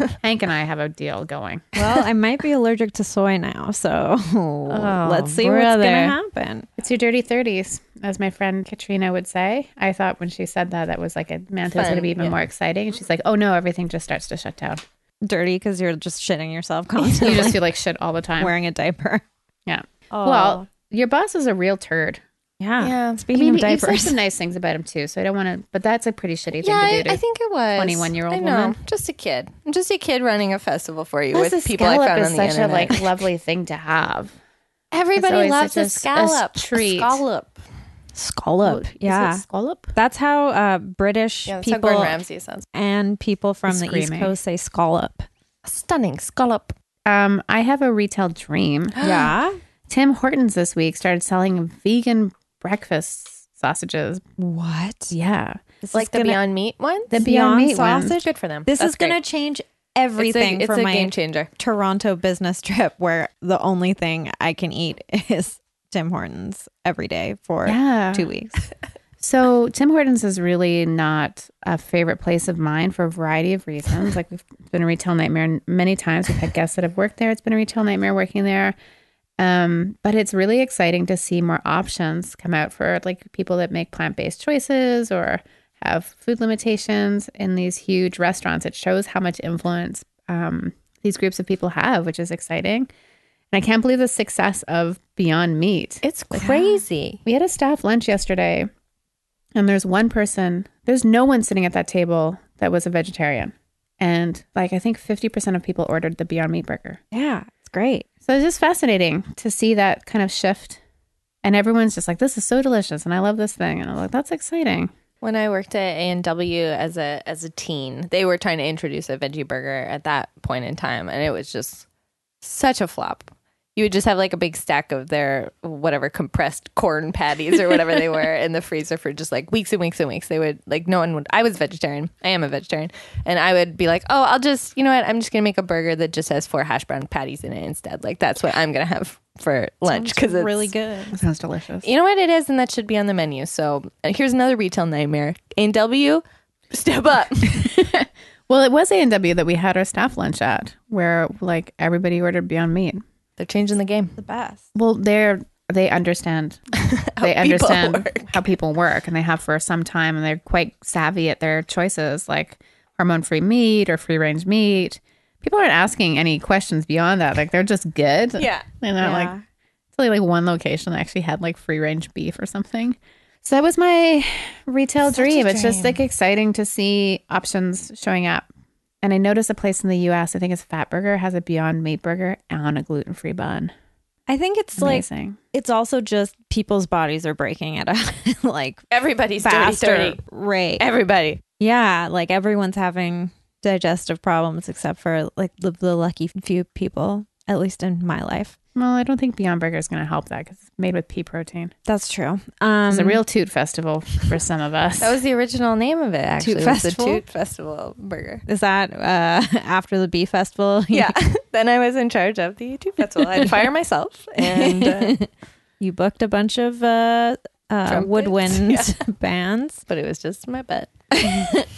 Speaker 1: like. Hank and I have a deal going.
Speaker 2: well, I might be allergic to soy now, so let's see what's
Speaker 3: brother.
Speaker 2: gonna happen.
Speaker 1: It's your dirty thirties, as my friend Katrina would say. I thought when she said that, that was like it meant it was
Speaker 3: Fun,
Speaker 1: going to be even
Speaker 3: yeah.
Speaker 1: more exciting. And she's like, "Oh no, everything just starts to shut down.
Speaker 2: Dirty because you're just shitting yourself
Speaker 1: You
Speaker 2: constantly,
Speaker 1: just feel like shit all the time."
Speaker 2: wearing a diaper.
Speaker 1: Yeah.
Speaker 2: Oh.
Speaker 1: Well, your boss is a real turd.
Speaker 2: yeah.
Speaker 3: Yeah.
Speaker 1: I
Speaker 2: Speaking
Speaker 1: mean,
Speaker 2: of
Speaker 1: you said
Speaker 2: diapers,
Speaker 1: some nice things about him too, so I don't want to. But that's a pretty shitty thing
Speaker 3: yeah,
Speaker 1: to
Speaker 3: I,
Speaker 1: do. To,
Speaker 3: I think it was
Speaker 1: 21-year-old
Speaker 3: I know,
Speaker 1: woman.
Speaker 3: just a kid. I'm just a kid running a festival for you
Speaker 1: Plus,
Speaker 3: with
Speaker 1: a
Speaker 3: people I
Speaker 1: scallop
Speaker 3: found
Speaker 1: is
Speaker 3: on the
Speaker 1: such
Speaker 3: internet.
Speaker 1: a like lovely thing to have.
Speaker 3: Everybody
Speaker 1: always
Speaker 3: loves
Speaker 1: such a
Speaker 3: a
Speaker 1: s- a
Speaker 3: scallop.
Speaker 1: treat.
Speaker 3: scallop.
Speaker 2: scallop. Yeah.
Speaker 1: scallop.
Speaker 2: That's how uh, British
Speaker 3: Yeah, that's how Gordon
Speaker 2: people
Speaker 3: Ramsay sounds.
Speaker 2: and people from the East
Speaker 1: Screaming.
Speaker 2: Coast say scallop.
Speaker 3: A stunning scallop.
Speaker 1: Um, I have a retail dream.
Speaker 2: yeah.
Speaker 1: Tim Hortons this week started selling vegan breakfast sausages.
Speaker 2: What?
Speaker 1: Yeah.
Speaker 3: It's like the
Speaker 2: gonna-
Speaker 3: Beyond Meat one.
Speaker 1: The
Speaker 2: Beyond
Speaker 1: Beyond, Meat
Speaker 2: sausage?
Speaker 1: one.
Speaker 3: It's good for them.
Speaker 2: This
Speaker 3: That's
Speaker 2: is going
Speaker 3: great.
Speaker 2: to change
Speaker 3: It's a-
Speaker 2: everything
Speaker 3: it's
Speaker 2: for
Speaker 3: a
Speaker 2: my
Speaker 3: game changer.
Speaker 2: Toronto business trip where the only thing I can eat is Tim Hortons every day for
Speaker 1: Yeah.
Speaker 2: two weeks.
Speaker 1: So Tim Hortons is really not a favorite place of mine for a variety of reasons. Like we've it's been a retail nightmare many times. We've had guests that have worked there. It's been a retail nightmare working there. Um, but it's really exciting to see more options come out for like people that make plant-based choices or have food limitations in these huge restaurants. It shows how much influence um, these groups of people have, which is exciting. And I can't believe the success of Beyond Meat.
Speaker 3: It's crazy.
Speaker 1: We had a staff lunch yesterday, and there's one person, there's no one sitting at that table that was a vegetarian. And like, I think 50% of people ordered the Beyond Meat burger.
Speaker 2: Yeah, it's great.
Speaker 1: So it's just fascinating to see that kind of shift. And everyone's just like, this is so delicious, and I love this thing. And I'm like, that's exciting.
Speaker 3: When I worked at A and W as a as a teen, they were trying to introduce a veggie burger at that point in time, and it was just such a flop. You would just have like a big stack of their whatever compressed corn patties or whatever they were in the freezer for just like weeks and weeks and weeks. They would like no one would. I was vegetarian. I am a vegetarian, and I would be like, oh, I'll just you know what? I'm just gonna make a burger that just has four hash brown patties in it instead. Like that's what I'm gonna have for lunch because it's
Speaker 2: really good.
Speaker 1: That sounds delicious.
Speaker 3: you know what it is, and that should be on the menu. So uh, here's another retail nightmare. In W, step up.
Speaker 1: Well, it was A&W that we had our staff lunch at, where like everybody ordered Beyond Meat.
Speaker 3: They're changing the game.
Speaker 2: The best.
Speaker 1: Well, they're they understand they understand how people work and they have for some time and they're quite savvy at their choices like hormone free meat or free range meat. People aren't asking any questions beyond that. Like they're just good.
Speaker 3: Yeah.
Speaker 1: They're not like
Speaker 2: Yeah.
Speaker 1: it's only like one location that actually had like free range beef or something. So that was my retail dream. It's just like exciting to see options showing up. And I noticed a place in the US, I think it's Fatburger, has a Beyond Meat burger on a gluten free bun.
Speaker 2: I think it's like
Speaker 1: Amazing.
Speaker 2: it's also just people's bodies are breaking at a like
Speaker 3: Everybody's dirty,
Speaker 2: faster
Speaker 3: dirty.
Speaker 2: rate.
Speaker 3: Everybody.
Speaker 2: Yeah, like everyone's having digestive problems except for like the, the lucky few people, at least in my life.
Speaker 1: Well, I don't think Beyond Burger is going to help that because it's made with pea protein.
Speaker 2: That's true. Um,
Speaker 1: It's a real toot festival for some of us.
Speaker 3: That was the original name of it, actually.
Speaker 2: Toot
Speaker 3: It was
Speaker 2: Festival?
Speaker 3: The Toot Festival burger.
Speaker 2: is that uh, after the bee festival?
Speaker 3: Yeah. then I was in charge of the Toot Festival. I'd fire myself. And uh,
Speaker 2: you booked a bunch of uh, uh,
Speaker 3: Trumpets?
Speaker 2: woodwind bands.
Speaker 3: but it was just my bed.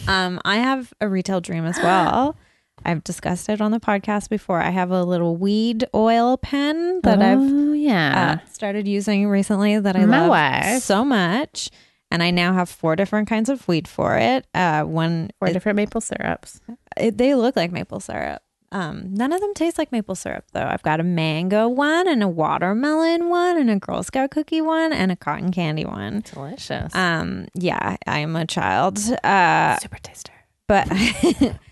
Speaker 2: Um, I have a retail dream as well. I've discussed it on the podcast before. I have a little weed oil pen that I've
Speaker 1: oh, yeah.
Speaker 2: uh, started using recently that I
Speaker 1: My
Speaker 2: love
Speaker 1: wife.
Speaker 2: so much. And I now have four different kinds of weed for it. Uh, one,
Speaker 1: Four
Speaker 2: it,
Speaker 1: different maple syrups.
Speaker 2: it- they look like maple syrup. Um, none of them taste like maple syrup, though. I've got a mango one and a watermelon one and a Girl Scout cookie one and a cotton candy one.
Speaker 3: Delicious.
Speaker 2: Um, yeah, I'm a child. Uh,
Speaker 3: Super taster.
Speaker 2: but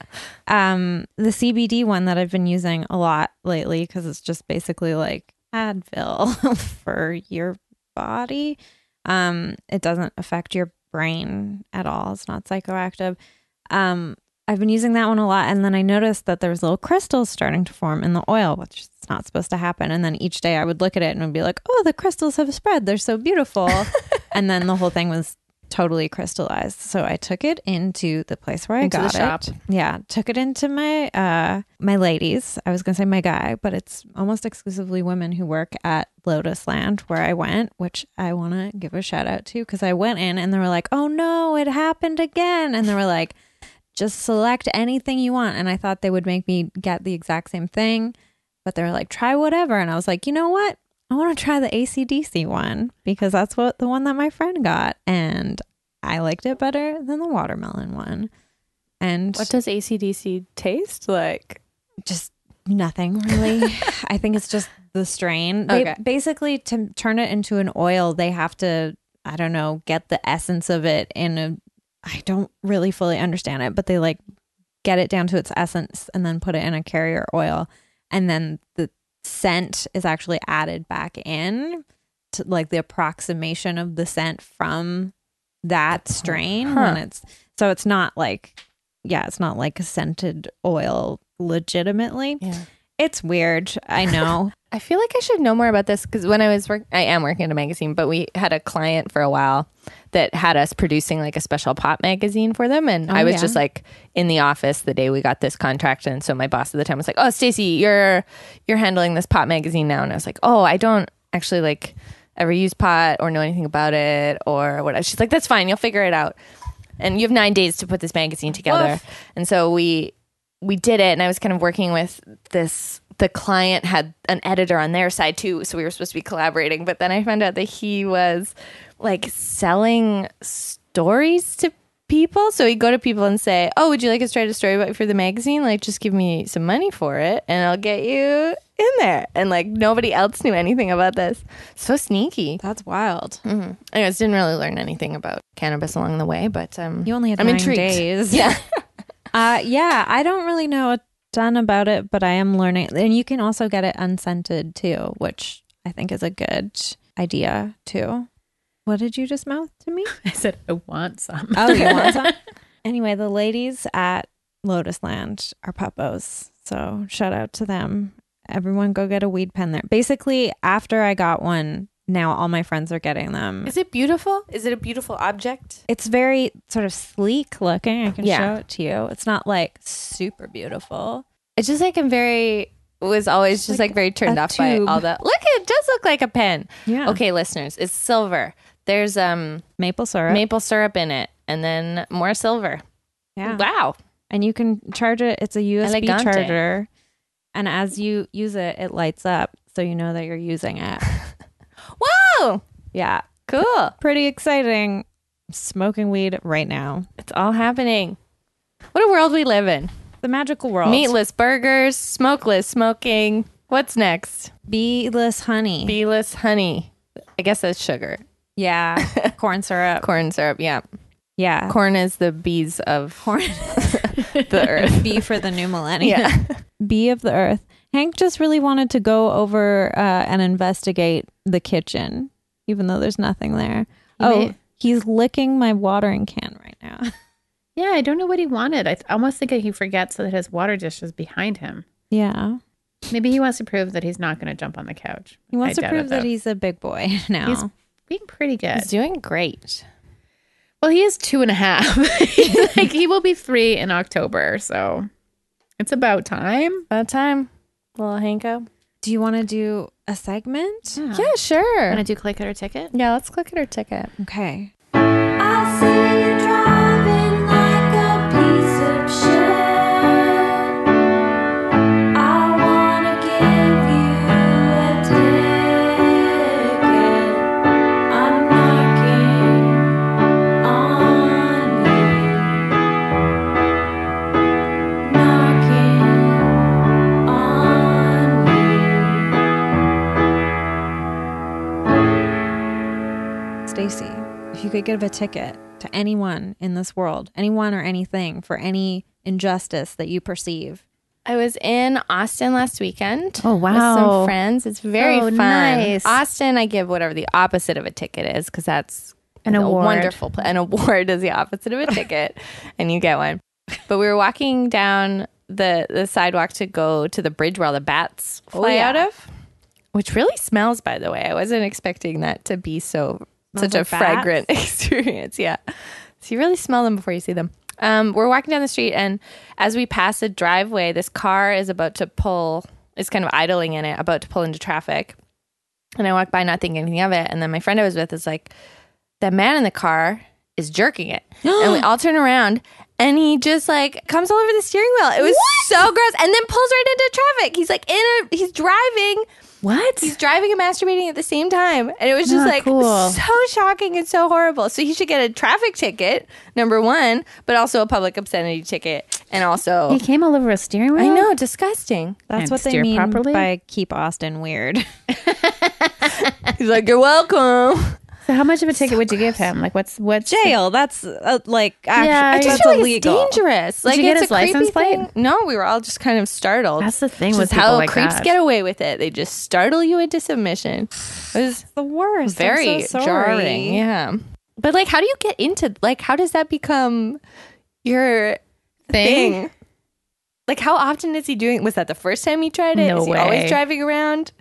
Speaker 2: um the CBD one that I've been using a lot lately cuz it's just basically like Advil for your body. Um it doesn't affect your brain at all. It's not psychoactive. Um I've been using that one a lot and then I noticed that there was little crystals starting to form in the oil, which is not supposed to happen. And then each day I would look at it and would be like, "Oh, the crystals have spread. They're so beautiful." and then the whole thing was totally crystallized. So I took it into the place where
Speaker 1: Into
Speaker 2: I
Speaker 1: the
Speaker 2: got
Speaker 1: shop.
Speaker 2: it. Yeah, took it into my uh my ladies. I was gonna say my guy, but it's almost exclusively women who work at Lotus Land where I went, which I want to give a shout out to because I went in and they were like, "Oh no, it happened again," and they were like. Just select anything you want. And I thought they would make me get the exact same thing, but they were like, try whatever. And I was like, you know what? I want to try the ACDC one because that's what the one that my friend got. And I liked it better than the watermelon one. And
Speaker 3: What does ACDC taste like?
Speaker 2: just nothing really. I think it's just the strain. They,
Speaker 3: Okay.
Speaker 2: Basically, to turn it into an oil, they have to, I don't know, get the essence of it in a, I don't really fully understand it, but they like get it down to its essence and then put it in a carrier oil. And then the scent is actually added back in to like the approximation of the scent from that strain.
Speaker 3: Huh.
Speaker 2: And it's, so it's not like yeah, it's not like a scented oil legitimately.
Speaker 3: Yeah.
Speaker 2: It's weird. I know.
Speaker 3: I feel like I should know more about this because when I was work, I am working at a magazine, but we had a client for a while that had us producing like a special pop magazine for them, and
Speaker 2: Oh,
Speaker 3: I was
Speaker 2: yeah.
Speaker 3: just like in the office the day we got this contract, and so my boss at the time was like, "Oh, Stacy, you're you're handling this pop magazine now," and I was like, "Oh, I don't actually like ever use pot or know anything about it or what." She's like, "That's fine, you'll figure it out." and you have nine days to put this magazine together. And so we we did it, and I was kind of working with this. The client had an editor on their side too, so we were supposed to be collaborating. But then I found out that he was like selling stories to people. So he'd go to people and say, "Oh, would you like us to write a story about you for the magazine? Like, just give me some money for it, and I'll get you in there." And like nobody else knew anything about this. So sneaky.
Speaker 2: That's wild.
Speaker 3: Mm-hmm. Anyways, didn't really learn anything about cannabis along the way, but um,
Speaker 2: You only had
Speaker 3: I'm
Speaker 2: nine
Speaker 3: intrigued.
Speaker 2: days.
Speaker 3: Yeah.
Speaker 2: Uh, yeah, I don't really know a ton about it, but I am learning. And you can also get it unscented too, which I think is a good idea too. What did you just mouth to me?
Speaker 1: I said, I want some.
Speaker 2: Oh, you want some? Anyway, the ladies at Lotus Land are puppos. So shout out to them. Everyone go get a weed pen there. Basically, after I got one, now all my friends are getting them.
Speaker 3: Is it beautiful? Is it a beautiful object?
Speaker 2: It's very sort of sleek looking. I can
Speaker 3: Yeah.
Speaker 2: show it to you. It's not like super beautiful.
Speaker 3: It's just like I'm very was always just, like,
Speaker 2: like
Speaker 3: very turned
Speaker 2: a
Speaker 3: off by
Speaker 2: tube.
Speaker 3: all that. Look, it does look like a pen.
Speaker 2: Yeah. Okay.
Speaker 3: Okay, listeners, it's silver. There's um
Speaker 2: Maple syrup.
Speaker 3: maple syrup in it, and then more silver.
Speaker 2: yeah.
Speaker 3: Wow.
Speaker 2: and you can charge it. It's a USB
Speaker 3: Elegante.
Speaker 2: charger, and as you use it, it lights up, so you know that you're using it.
Speaker 3: Whoa.
Speaker 2: yeah.
Speaker 3: Cool.
Speaker 2: pretty exciting. I'm smoking weed right now.
Speaker 3: It's all happening. What a world we live in.
Speaker 2: The magical world.
Speaker 3: Meatless burgers, smokeless smoking. What's next?
Speaker 2: Beeless honey.
Speaker 3: Beeless honey. I guess that's sugar.
Speaker 2: yeah. Corn syrup.
Speaker 3: Corn syrup, yeah.
Speaker 2: Yeah.
Speaker 3: Corn is the bees of
Speaker 2: Corn.
Speaker 3: the earth.
Speaker 2: Bee for the new millennium. Bee of the earth. Hank just really wanted to go over uh, and investigate the kitchen, even though there's nothing there. oh,
Speaker 1: may-
Speaker 2: he's licking my watering can right now.
Speaker 1: Yeah, I don't know what he wanted. I th- almost think he forgets that his water dish is behind him.
Speaker 2: yeah.
Speaker 1: Maybe he wants to prove that he's not going to jump on the couch.
Speaker 2: He wants
Speaker 1: I
Speaker 2: to
Speaker 1: doubt
Speaker 2: prove
Speaker 1: it,
Speaker 2: that
Speaker 1: though.
Speaker 2: he's a big boy now.
Speaker 1: He's being pretty good.
Speaker 3: He's doing great.
Speaker 1: Well, he is two and a half. like he will be three in October, so it's about time.
Speaker 3: About time, Uh, little Hanko.
Speaker 2: Do you want to do a segment?
Speaker 3: Yeah, sure.
Speaker 1: Gonna do click it or ticket?
Speaker 3: Yeah, let's click at her ticket.
Speaker 2: Okay. Stacy, if you could give a ticket to anyone in this world, anyone or anything for any injustice that you perceive,
Speaker 3: I was in Austin last weekend.
Speaker 1: Oh,
Speaker 3: with
Speaker 1: wow.
Speaker 3: some friends. It's very
Speaker 1: Oh,
Speaker 3: fun.
Speaker 1: nice.
Speaker 3: Austin, I give whatever the opposite of a ticket is because that's
Speaker 1: An
Speaker 3: a
Speaker 1: award.
Speaker 3: wonderful pla- An award is the opposite of a ticket, and you get one. But we were walking down the the sidewalk to go to the bridge where all the bats
Speaker 1: Oh,
Speaker 3: fly
Speaker 2: yeah.
Speaker 3: out of, which really smells. By the way, I wasn't expecting that to be so such a
Speaker 2: of bats?
Speaker 3: fragrant experience. Yeah. So you really smell them before you see them. Um, we're walking down the street, and as we pass a driveway, this car is about to pull, is kind of idling in it, about to pull into traffic. And I walk by not thinking anything of it. And then my friend I was with is like, that man in the car is jerking it. and we all turn around, and he just like comes all over the steering wheel. It was so gross. And then pulls right into traffic. He's like, in a, he's driving,
Speaker 1: What?
Speaker 3: he's driving and masturbating at the same time. And it was just
Speaker 1: Not
Speaker 3: like
Speaker 1: cool.
Speaker 3: so shocking and so horrible. So he should get a traffic ticket, number one, but also a public obscenity ticket. And also,
Speaker 1: He came all over a steering wheel.
Speaker 3: I know, disgusting.
Speaker 2: that's
Speaker 1: And
Speaker 2: what they
Speaker 1: steer
Speaker 2: mean
Speaker 1: properly?
Speaker 2: by keep Austin weird.
Speaker 3: He's like, you're welcome.
Speaker 1: So how much of a ticket would you give him? Like, what's what's
Speaker 2: Jail. That's uh, like actually,
Speaker 1: Yeah,
Speaker 2: that's
Speaker 1: I
Speaker 3: I feel like
Speaker 2: illegal.
Speaker 3: it's dangerous. Like
Speaker 1: you get
Speaker 3: it's
Speaker 1: his
Speaker 3: a creepy
Speaker 1: license plate?
Speaker 3: thing. No, we were all just kind of startled.
Speaker 1: That's the thing
Speaker 3: Which
Speaker 1: with
Speaker 3: is
Speaker 1: people
Speaker 3: how
Speaker 1: like
Speaker 3: creeps
Speaker 1: that.
Speaker 3: get away with it. They just startle you into submission. It was
Speaker 2: the worst. I'm
Speaker 3: very
Speaker 2: so sorry.
Speaker 3: jarring. Yeah. But like, how do you get into like? How does that become your
Speaker 1: thing?
Speaker 3: thing. Like, how often is he doing? Was that the first time he tried it?
Speaker 1: No
Speaker 3: Is he always
Speaker 1: way.
Speaker 3: driving around?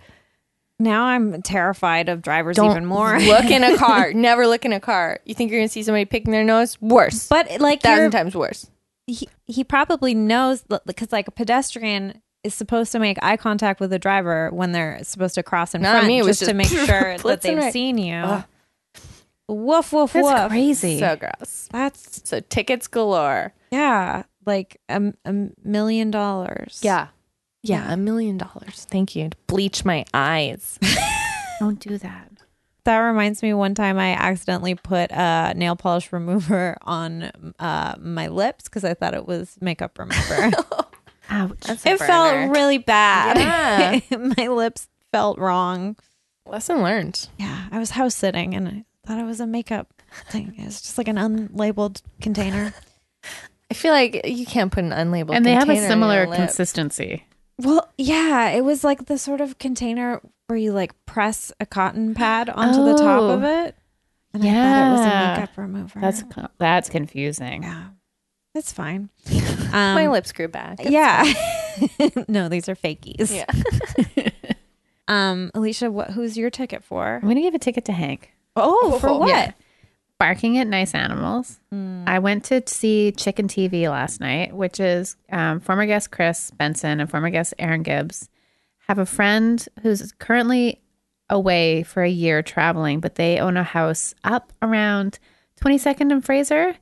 Speaker 2: Now I'm terrified of drivers
Speaker 1: Don't
Speaker 2: even more.
Speaker 3: Look in a car. Never look in a car. You think you're gonna see somebody picking their nose? Worse.
Speaker 2: But like you're-
Speaker 3: Thousand times worse.
Speaker 2: he, he probably knows because like a pedestrian is supposed to make eye contact with a driver when they're supposed to cross in
Speaker 3: Not
Speaker 2: front
Speaker 3: me, it was
Speaker 2: just, to
Speaker 3: just
Speaker 2: make sure that
Speaker 3: blitz and
Speaker 2: they've
Speaker 3: right.
Speaker 2: seen you.
Speaker 3: Ugh.
Speaker 2: Woof woof
Speaker 1: That's
Speaker 2: woof.
Speaker 1: crazy.
Speaker 3: So gross.
Speaker 2: That's
Speaker 3: So tickets galore.
Speaker 2: yeah, like a, a million dollars.
Speaker 3: Yeah, a million dollars. Thank you. Bleach my eyes.
Speaker 1: Don't do that.
Speaker 2: That reminds me one time I accidentally put a nail polish remover on uh, my lips because I thought it was makeup remover.
Speaker 1: Ouch.
Speaker 2: it felt really bad. my lips felt wrong.
Speaker 3: Lesson learned.
Speaker 2: Yeah, I was house sitting and I thought it was a makeup thing. It was just like an unlabeled container.
Speaker 3: I feel like you can't put an unlabeled
Speaker 1: and they have a
Speaker 3: container in
Speaker 1: similar
Speaker 3: your lip.
Speaker 1: consistency.
Speaker 2: Well, yeah, it was like the sort of container where you like press a cotton pad onto the top of it. And I thought it was
Speaker 1: Yeah.
Speaker 2: a makeup remover.
Speaker 1: That's co- that's confusing.
Speaker 2: yeah. It's fine. Um,
Speaker 3: my lips grew back. It's
Speaker 2: Yeah. no, these are fakies.
Speaker 3: Yeah.
Speaker 2: um, Alicia, what who's your ticket for?
Speaker 1: I'm gonna give a ticket to Hank.
Speaker 2: Oh, for what?
Speaker 1: yeah. Barking at nice animals. I went to see Chicken TV last night, which is um, former guest Chris Benson and former guest Aaron Gibbs have a friend who's currently away for a year traveling, but they own a house up around 22nd and Fraser.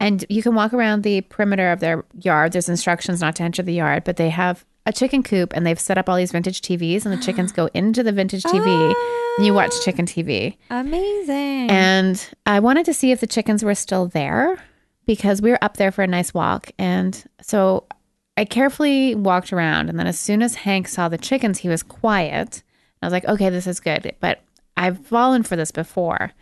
Speaker 1: And you can walk around the perimeter of their yard. There's instructions not to enter the yard, but they have a chicken coop and they've set up all these vintage TVs, and the chickens go into the vintage TV and you watch chicken TV.
Speaker 2: Amazing.
Speaker 1: And I wanted to see if the chickens were still there because we were up there for a nice walk. And so I carefully walked around. And then as soon as Hank saw the chickens, he was quiet. I was like, okay, this is good. But I've fallen for this before.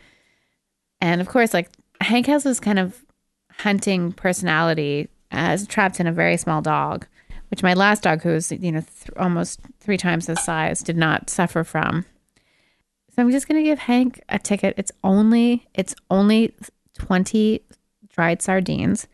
Speaker 1: And of course, like Hank has this kind of hunting personality as trapped in a very small dog, which my last dog, who's, you know, th- almost three times his size, did not suffer from. So I'm just gonna give Hank a ticket. It's only it's only twenty dried sardines,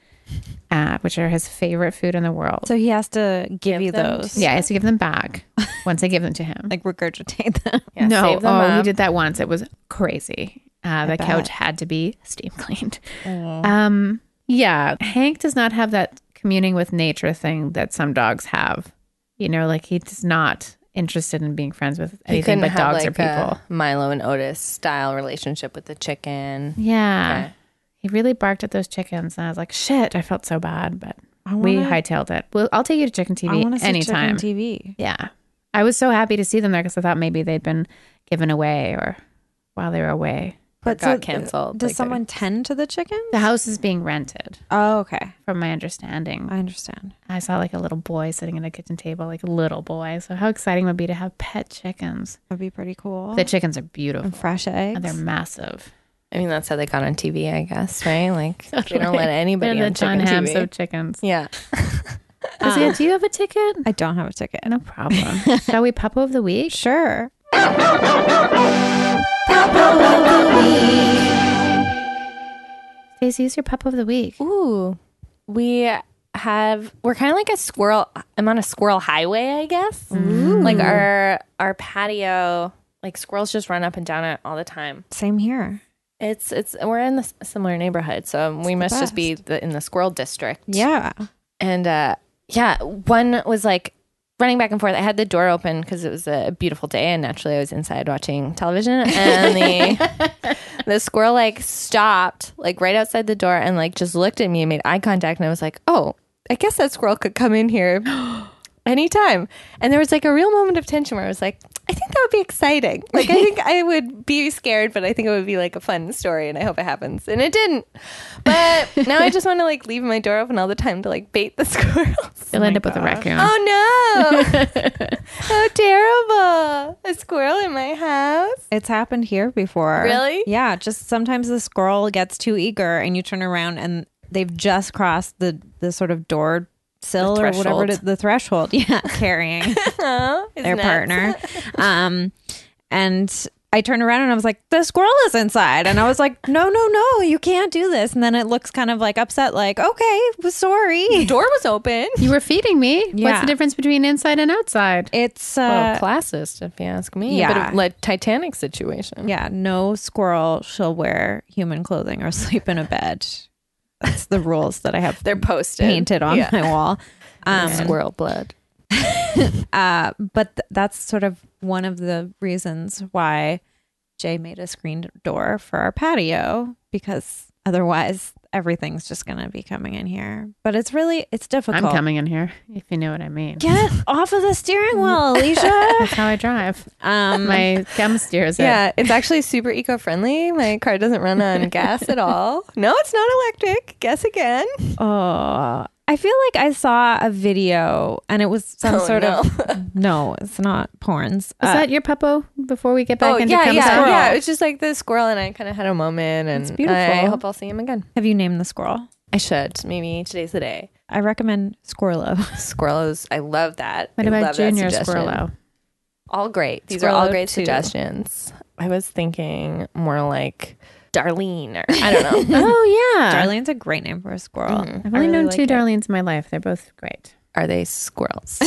Speaker 1: uh, which are his favorite food in the world.
Speaker 2: so he has to give, you
Speaker 3: them
Speaker 2: those.
Speaker 1: yeah, I have to give them back once I give them to him.
Speaker 2: Like regurgitate them.
Speaker 3: Yeah,
Speaker 1: no,
Speaker 3: save
Speaker 1: oh,
Speaker 3: them
Speaker 1: he
Speaker 3: up.
Speaker 1: did that once. It was crazy. Uh, the
Speaker 2: bet.
Speaker 1: couch had to be steam cleaned. Um, yeah, Hank does not have that communing with nature thing that some dogs have. You know, like he does not interested in being friends with
Speaker 3: He
Speaker 1: anything
Speaker 3: couldn't
Speaker 1: but
Speaker 3: have
Speaker 1: dogs or
Speaker 3: like
Speaker 1: people.
Speaker 3: a Milo and Otis style relationship with the chicken.
Speaker 1: Yeah.
Speaker 3: Okay.
Speaker 1: He really barked at those chickens, and I was like, "Shit!" I felt so bad, but
Speaker 2: I
Speaker 1: we
Speaker 2: wanna-
Speaker 1: hightailed it. Well, I'll take you to Chicken
Speaker 2: I
Speaker 1: TV
Speaker 2: want to see
Speaker 1: anytime.
Speaker 2: chicken TV.
Speaker 1: Yeah, I was so happy to see them there because I thought maybe they'd been given away or while they were away.
Speaker 2: But
Speaker 3: got
Speaker 2: so, uh,
Speaker 3: canceled,
Speaker 2: Does
Speaker 3: like,
Speaker 2: someone tend to the chickens?
Speaker 1: The house is being rented,
Speaker 2: Oh, okay.
Speaker 1: from my understanding.
Speaker 2: I understand.
Speaker 1: I saw like a little boy sitting at a kitchen table, like a little boy. So how exciting would it be to have pet chickens?
Speaker 2: That'd be pretty cool.
Speaker 1: The chickens are beautiful.
Speaker 2: and fresh
Speaker 1: And
Speaker 2: eggs.
Speaker 1: they're massive.
Speaker 3: I mean, that's how they got on TV, I guess, right? Like they don't let
Speaker 1: Totally.
Speaker 3: anybody
Speaker 1: They're
Speaker 3: on
Speaker 1: the John
Speaker 3: chicken
Speaker 1: Hams
Speaker 3: TV.
Speaker 1: of chickens.
Speaker 3: yeah.
Speaker 1: Jose, do you have a ticket?
Speaker 2: I don't have a ticket.
Speaker 1: No problem. Shall we puppo of the week?
Speaker 2: Sure.
Speaker 1: Stacey, use your puppo of the week.
Speaker 3: Ooh, we have. We're kind of like a squirrel. I'm on a squirrel highway, I guess. Like our our patio, like squirrels just run up and down it all the time.
Speaker 2: Same here.
Speaker 3: It's it's we're in the similar neighborhood, so we must just be
Speaker 2: best.
Speaker 3: the, in the squirrel district.
Speaker 2: Yeah.
Speaker 3: and uh, yeah, one was like running back and forth. I had the door open because it was a beautiful day, and naturally I was inside watching television. And the the squirrel like stopped like right outside the door and like just looked at me and made eye contact, and I was like, oh, I guess that squirrel could come in here. Anytime. And there was like a real moment of tension where I was like, I think that would be exciting. Like, I think I would be scared, but I think it would be like a fun story and I hope it happens. And it didn't. But now I just want to like leave my door open all the time to like bait the squirrels.
Speaker 1: You'll end up with a raccoon.
Speaker 3: Oh no. How terrible. A squirrel in my house.
Speaker 2: It's happened here before.
Speaker 3: Really?
Speaker 2: Yeah. Just sometimes the squirrel gets too eager and you turn around and they've just crossed the, the sort of door sill or whatever
Speaker 3: threshold.
Speaker 2: it- the threshold. Yeah. Carrying
Speaker 3: Oh, it's
Speaker 2: their
Speaker 3: nuts.
Speaker 2: partner. Um, and I turned around and I was like, the squirrel is inside. And I was like, no, no, no, you can't do this. And then it looks kind of like upset, like, okay, well, sorry.
Speaker 3: Door was open.
Speaker 1: You were feeding me. What's
Speaker 2: Yeah.
Speaker 1: the difference between inside and outside?
Speaker 2: It's, uh,
Speaker 3: classist, if you ask me.
Speaker 2: Yeah.
Speaker 3: But like Titanic situation.
Speaker 2: yeah, no squirrel shall wear human clothing or sleep in a bed. That's the rules that I have
Speaker 3: They're posted.
Speaker 2: painted on
Speaker 3: Yeah.
Speaker 2: my wall. Um,
Speaker 3: Squirrel blood.
Speaker 2: uh, but th- that's sort of one of the reasons why Jay made a screen door for our patio because otherwise everything's just gonna be coming in here. But it's really it's difficult.
Speaker 1: I'm coming in here, if you know what I mean.
Speaker 2: Get off of the steering wheel, Alicia.
Speaker 1: That's how I drive.
Speaker 2: um,
Speaker 1: My chem steers it.
Speaker 3: Yeah, it's actually super eco friendly. My car doesn't run on gas at all. No, it's not electric. Guess again.
Speaker 2: oh, I feel like I saw a video and it was some
Speaker 3: Oh,
Speaker 2: sort
Speaker 3: no.
Speaker 2: of no, it's not porns.
Speaker 1: Was
Speaker 2: Uh,
Speaker 1: that your puppo before we get back
Speaker 3: oh,
Speaker 1: into
Speaker 3: yeah,
Speaker 1: chem
Speaker 3: yeah,
Speaker 1: squirrel?
Speaker 3: yeah. It was just like the squirrel, and I kind of had a moment, and
Speaker 2: It's beautiful.
Speaker 3: I hope I'll see him again.
Speaker 2: have you named the squirrel?
Speaker 3: I should. Maybe today's the day.
Speaker 2: I recommend Squirrelo.
Speaker 3: Squirrels. I love that.
Speaker 1: What
Speaker 3: I
Speaker 1: about
Speaker 3: love that
Speaker 1: Junior
Speaker 3: suggestion.
Speaker 1: Squirrelo?
Speaker 3: All great. These are all
Speaker 2: Squirrelo
Speaker 3: great
Speaker 2: too.
Speaker 3: suggestions. I was thinking more like Darlene, or I don't know.
Speaker 1: Oh yeah.
Speaker 2: Darlene's a great name for a squirrel.
Speaker 3: Mhm.
Speaker 1: Mm-hmm. I've
Speaker 2: I
Speaker 1: only
Speaker 2: really
Speaker 1: known
Speaker 2: like
Speaker 1: two
Speaker 2: it.
Speaker 1: Darlenes in my life. They're both great.
Speaker 3: are they squirrels?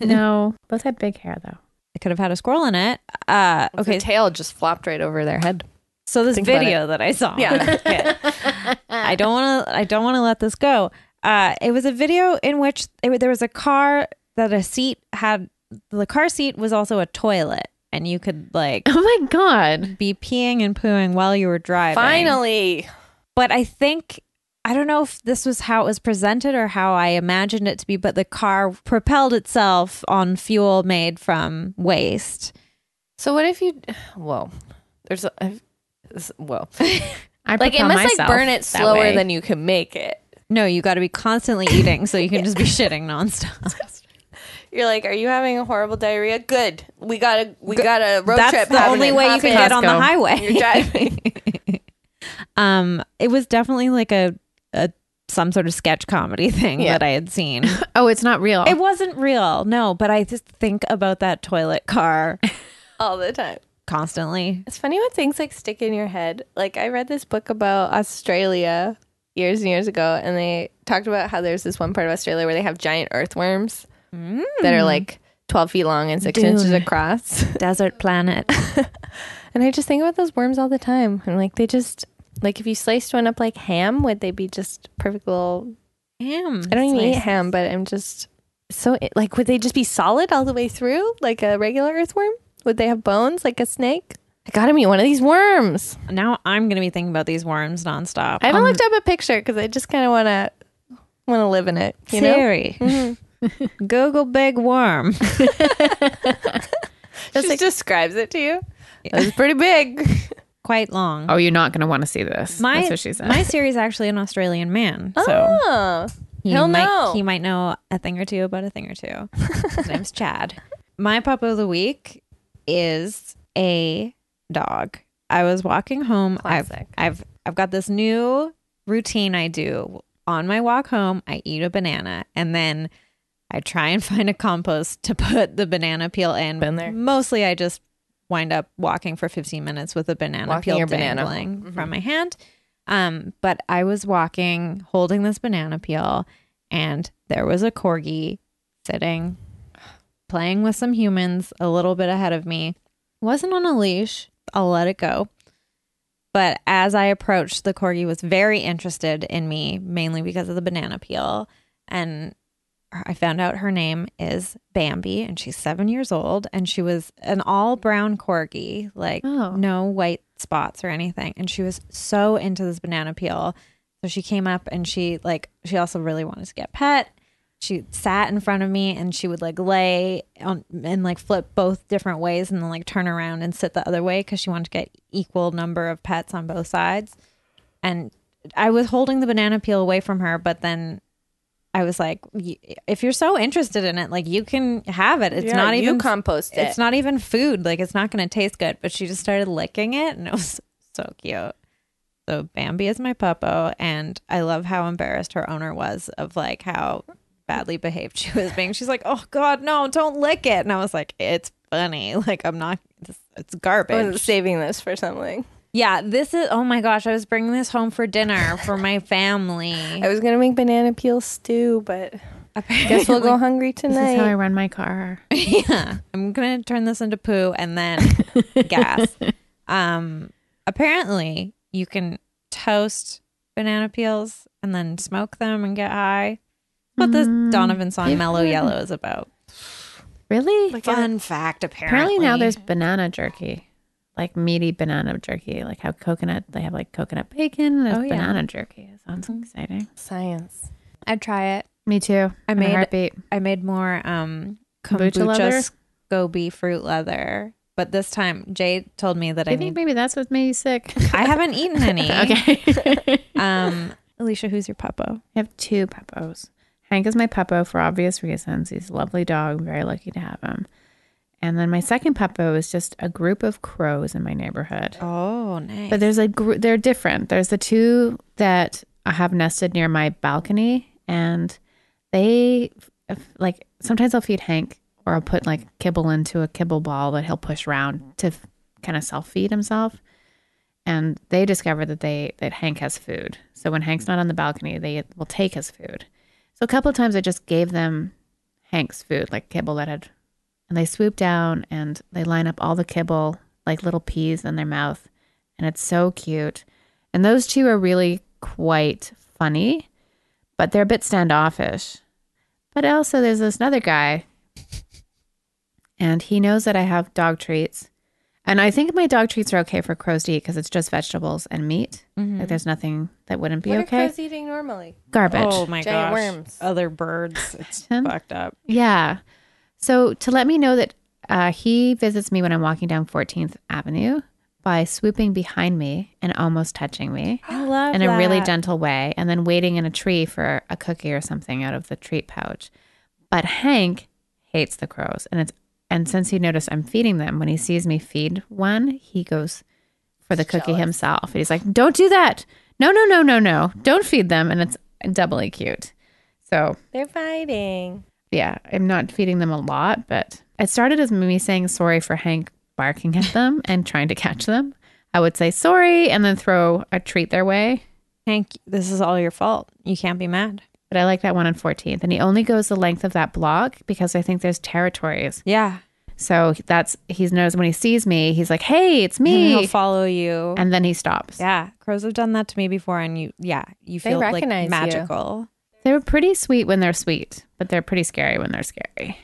Speaker 1: no, both had big hair though.
Speaker 2: it could have had a squirrel in it. Uh,
Speaker 3: okay,
Speaker 2: okay,
Speaker 3: tail just flopped right over their head.
Speaker 2: so this
Speaker 3: think about
Speaker 2: video that I saw,
Speaker 3: Yeah.
Speaker 2: when I was a kid, I don't want to, I don't want to let this go. Uh, it was a video in which it, wa- there was a car that a seat had. The car seat was also a toilet, and you could like
Speaker 1: Oh my god.
Speaker 2: be peeing and pooing while you were driving.
Speaker 3: Finally,
Speaker 2: but I think I don't know if this was how it was presented or how I imagined it to be, but the car propelled itself on fuel made from waste.
Speaker 3: So what if you? Whoa, there's a, I've- this- whoa.
Speaker 1: I
Speaker 3: Like it
Speaker 1: propel
Speaker 3: must like
Speaker 1: myself
Speaker 3: burn it
Speaker 1: that
Speaker 3: slower
Speaker 1: way.
Speaker 3: than you can make it.
Speaker 2: No, you got to be constantly eating so you can just be shitting nonstop.
Speaker 3: You're like, are you having a horrible diarrhea? Good. We got a we got a road
Speaker 2: That's
Speaker 3: trip.
Speaker 2: the
Speaker 3: happening.
Speaker 2: only way you
Speaker 3: Hop
Speaker 2: can
Speaker 3: in.
Speaker 2: get on the
Speaker 1: Costco.
Speaker 2: highway.
Speaker 3: You're driving.
Speaker 2: Um, it was definitely like a, a some sort of sketch comedy thing
Speaker 3: Yeah.
Speaker 2: that I had seen.
Speaker 1: Oh, it's not real.
Speaker 2: it wasn't real, no, but I just think about that toilet car
Speaker 3: all the time.
Speaker 2: constantly.
Speaker 3: It's funny when things like stick in your head. Like I read this book about Australia years and years ago, and they talked about how there's this one part of Australia where they have giant earthworms
Speaker 2: Mm.
Speaker 3: that are like 12 feet long and six
Speaker 2: Dune.
Speaker 3: inches across.
Speaker 2: Desert planet.
Speaker 3: And I just think about those worms all the time. And like they just like if you sliced one up like ham, would they be just perfect little
Speaker 2: Damn.
Speaker 3: I don't even eat ham, but I'm just so it- like would they just be solid all the way through like a regular earthworm? Would they have bones like a snake? I gotta meet one of these worms.
Speaker 2: Now I'm gonna be thinking about these worms nonstop.
Speaker 3: I haven't looked up a picture because I just kind of want to want to live in it. You know,
Speaker 2: Siri, Google big worm.
Speaker 3: just describes it to you. It's pretty big.
Speaker 2: Quite long.
Speaker 1: Oh, you're not going to want to see this.
Speaker 2: my
Speaker 1: That's what she said.
Speaker 2: my Siri's actually an Australian man, so
Speaker 3: Oh,
Speaker 2: he
Speaker 3: he'll
Speaker 2: might
Speaker 3: know.
Speaker 2: he might know a thing or two about a thing or two. His name's Chad. My pup of the week is a dog. I was walking home.
Speaker 3: Classic.
Speaker 2: I've I've I've got this new routine I do on my walk home. I eat a banana and then I try and find a compost to put the banana peel in.
Speaker 3: Been there.
Speaker 2: Mostly, I just wind up walking for 15 minutes with a banana
Speaker 3: Walking
Speaker 2: peel
Speaker 3: your banana. Mm-hmm.
Speaker 2: dangling from my hand. Um, but I was walking, holding this banana peel, and there was a corgi sitting, playing with some humans a little bit ahead of me. Wasn't on a leash. I'll let it go. But as I approached, the corgi was very interested in me, mainly because of the banana peel. And I found out her name is Bambi, and she's seven years old. And she was an all brown corgi, like
Speaker 1: Oh.
Speaker 2: no white spots or anything. And she was so into this banana peel. So she came up and she, like, she also really wanted to get pet. She sat in front of me and she would like lay on and like flip both different ways and then like turn around and sit the other way because she wanted to get equal number of pets on both sides and I was holding the banana peel away from her, but then I was like, "Y- if you're so interested in it, like you can have it. It's
Speaker 3: Yeah,
Speaker 2: not
Speaker 3: you
Speaker 2: even
Speaker 3: compost it.
Speaker 2: It's not even food. Like it's not going to taste good. But she just started licking it, and it was so cute. So Bambi is my puppo, and I love how embarrassed her owner was of like how badly behaved she was being. She's like, "Oh God, no, don't lick it," and I was like, "It's funny. Like I'm not. It's, it's
Speaker 3: I
Speaker 2: garbage."
Speaker 3: was saving this for something.
Speaker 2: Yeah, this is. Oh my gosh, I was bringing this home for dinner for my family.
Speaker 3: I was gonna make banana peel stew, but guess we'll go hungry
Speaker 1: this is how I
Speaker 3: tonight.
Speaker 1: run my car.
Speaker 2: yeah, I'm gonna turn this into poo and then gas. Um, apparently you can toast banana peels and then smoke them and get high. What this
Speaker 1: Mm.
Speaker 2: Donovan song "Mellow Yellow" is about.
Speaker 1: Really?
Speaker 2: Fun fact, apparently.
Speaker 1: Apparently now there's banana jerky, like meaty banana jerky, like how coconut they have like coconut bacon. There's
Speaker 2: Oh, yeah.
Speaker 1: banana jerky. It sounds exciting.
Speaker 3: Science.
Speaker 2: I'd try it.
Speaker 1: Me too.
Speaker 2: I
Speaker 1: In a
Speaker 2: made-
Speaker 1: heartbeat.
Speaker 2: I made more um
Speaker 1: Kombucha leather?
Speaker 2: kombucha scoby fruit leather, but this time Jade told me that
Speaker 1: I
Speaker 2: I
Speaker 1: think
Speaker 2: need.
Speaker 1: maybe that's what made you sick.
Speaker 2: I haven't eaten any.
Speaker 1: okay. I
Speaker 2: Um, Alicia, who's your puppo?
Speaker 1: have two puppos. Hank is my puppo for obvious reasons. He's a lovely dog. I'm very lucky to have him. And then my second puppo is just a group of crows in my neighborhood.
Speaker 2: Oh, nice.
Speaker 1: But there's a gr- they're different. There's the two that I have nested near my balcony, and they f- like sometimes I'll feed Hank or I'll put like kibble into a kibble ball that he'll push around to kind of self feed himself. And they discover that they that Hank has food. So when Hank's not on the balcony, they will take his food. So a couple of times I just gave them Hank's food, like kibble that had, and they swoop down and they line up all the kibble like little peas in their mouth, and it's so cute. And those two are really quite funny, but they're a bit standoffish. But also, there's this another guy, and he knows that I have dog treats. And I think my dog treats are okay for crows to eat because it's just vegetables and meat. Like there's nothing that wouldn't be
Speaker 3: Mm-hmm. What
Speaker 1: okay.
Speaker 3: are crows eating normally?
Speaker 1: Garbage.
Speaker 2: oh my
Speaker 3: Giant
Speaker 2: gosh, Oh.
Speaker 3: worms.
Speaker 2: other birds. It's
Speaker 1: Him?
Speaker 2: fucked up.
Speaker 1: Yeah. So to let me know that uh, he visits me when I'm walking down 14th Avenue by swooping behind me and almost touching me
Speaker 2: I love
Speaker 1: in a really gentle way, and then waiting in a tree for a cookie or something out of the treat pouch. But Hank hates the crows, and it's and since he noticed I'm feeding them, when he sees me feed one, he goes for the cookie himself. He's like, "Don't do that! No, no, no, no, no! Don't feed them!" And it's doubly cute. So
Speaker 3: They're fighting.
Speaker 1: yeah, I'm not feeding them a lot, but it started as me saying sorry for Hank barking at them and trying to catch them. I would say sorry and then throw a treat their way.
Speaker 2: Hank, this is all your fault. You can't be mad.
Speaker 1: But I like that one on 14th. And he only goes the length of that block because I think there's territories.
Speaker 2: Yeah,
Speaker 1: So that's, he knows when he sees me, he's like, hey, it's
Speaker 2: and he'll
Speaker 1: me.
Speaker 2: follow you.
Speaker 1: And then he stops.
Speaker 2: yeah, crows have done that to me before, and you, yeah, you feel like
Speaker 3: recognize you.
Speaker 2: magical.
Speaker 1: They're pretty sweet when they're sweet, but they're pretty scary when they're scary.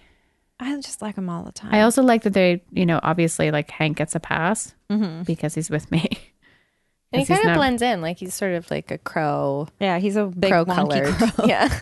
Speaker 2: I just like them all the time.
Speaker 1: I also like that they, you know, obviously like Hank gets a pass
Speaker 2: Mm-hmm.
Speaker 1: because he's with me.
Speaker 3: And he
Speaker 1: This is
Speaker 3: kind of
Speaker 1: not-
Speaker 3: blends in, like he's sort of like a crow,
Speaker 2: yeah, he's a big
Speaker 3: crow
Speaker 2: crow
Speaker 3: colored.
Speaker 2: crow.
Speaker 3: Yeah,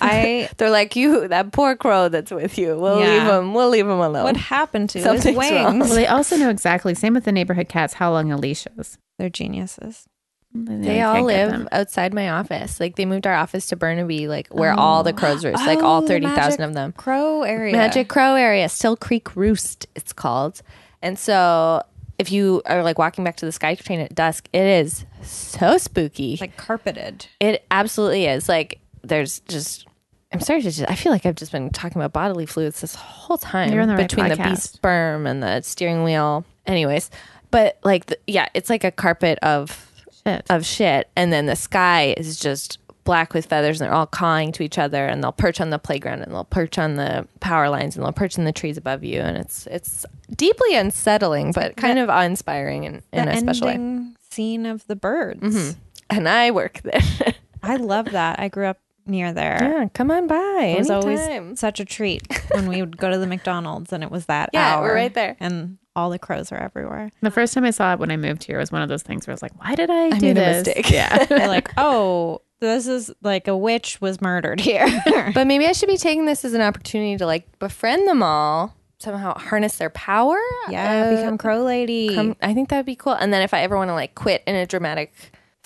Speaker 2: I
Speaker 3: they're like you, that poor crow that's with you. We'll
Speaker 2: Yeah.
Speaker 3: leave him. We'll leave him alone.
Speaker 2: what happened to his
Speaker 3: Something's
Speaker 2: wings?
Speaker 3: wrong.
Speaker 1: Well, they also know exactly, same with the neighborhood cats, how long a leash is.
Speaker 2: They're geniuses.
Speaker 1: They, know
Speaker 3: They
Speaker 1: you
Speaker 3: all
Speaker 1: can't get
Speaker 3: live
Speaker 1: them.
Speaker 3: outside my office. Like they moved our office to Burnaby, like where all the crows roost, like all
Speaker 2: Oh, the
Speaker 3: thirty thousand
Speaker 2: magic
Speaker 3: of them.
Speaker 2: Crow area.
Speaker 3: Magic Crow area, Still Creek Roost, it's called. And so if you are like walking back to the sky train at dusk, it is so spooky.
Speaker 2: like carpeted.
Speaker 3: It absolutely is. Like there's just I'm sorry to just I feel like I've just been talking about bodily fluids this whole time
Speaker 1: You're on the right
Speaker 3: between the bee
Speaker 1: podcast.
Speaker 3: sperm and the steering wheel. Anyways, but like the, yeah, it's like a carpet of
Speaker 1: Shit.
Speaker 3: of shit and then the sky is just black with feathers and they're all cawing to each other and they'll perch on the playground and they'll perch on the power lines and they'll perch in the trees above you and it's it's deeply unsettling but kind of awe-inspiring in, in
Speaker 2: the
Speaker 3: a special way Mm-hmm.
Speaker 2: ending scene of the birds.
Speaker 3: and i work there
Speaker 2: I love that. I grew up near there.
Speaker 3: yeah come on by
Speaker 2: It was
Speaker 3: anytime
Speaker 2: always such a treat when we would go to the McDonald's and it was that
Speaker 3: Yeah,
Speaker 2: hour.
Speaker 3: we're right there.
Speaker 2: And all the crows were everywhere.
Speaker 1: The first time I saw it when I moved here was one of those things where I was like, why did I, do
Speaker 3: made a
Speaker 1: this?
Speaker 3: mistake.
Speaker 1: Yeah.
Speaker 2: They're like, oh, this is like a witch was murdered here.
Speaker 3: but maybe i should be taking this as an opportunity to like befriend them all somehow harness their power
Speaker 2: yeah,
Speaker 3: Uh,
Speaker 2: become crow lady.
Speaker 3: Come- I think that'd be cool. And then if I ever want to like quit in a dramatic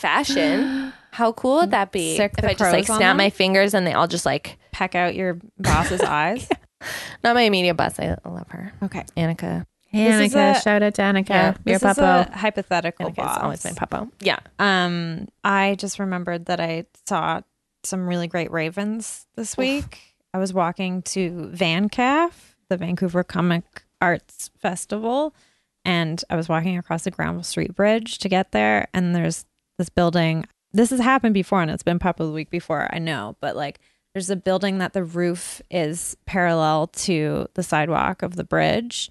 Speaker 3: fashion, how cool would that be?
Speaker 2: Sick
Speaker 3: if
Speaker 2: the
Speaker 3: I just like
Speaker 2: crows on
Speaker 3: snap
Speaker 2: them?
Speaker 3: my fingers and they all just like
Speaker 2: peck out your boss's eyes.
Speaker 3: not my immediate boss. I love her,
Speaker 2: Okay.
Speaker 3: Annika.
Speaker 2: This is
Speaker 1: Annika,
Speaker 2: a-
Speaker 1: shout out to Annika. your
Speaker 2: this is
Speaker 1: papa.
Speaker 2: a hypothetical
Speaker 3: Annika is
Speaker 2: boss.
Speaker 3: always my papa. Yeah,
Speaker 2: Um, I just remembered that I saw some really great ravens this week. I was walking to VanCaf, the Vancouver Comic Arts Festival, and I was walking across the Granville Street Bridge to get there. And there's this building. This has happened before, and it's been pop of the week before. I know, but like, there's a building that the roof is parallel to the sidewalk of the bridge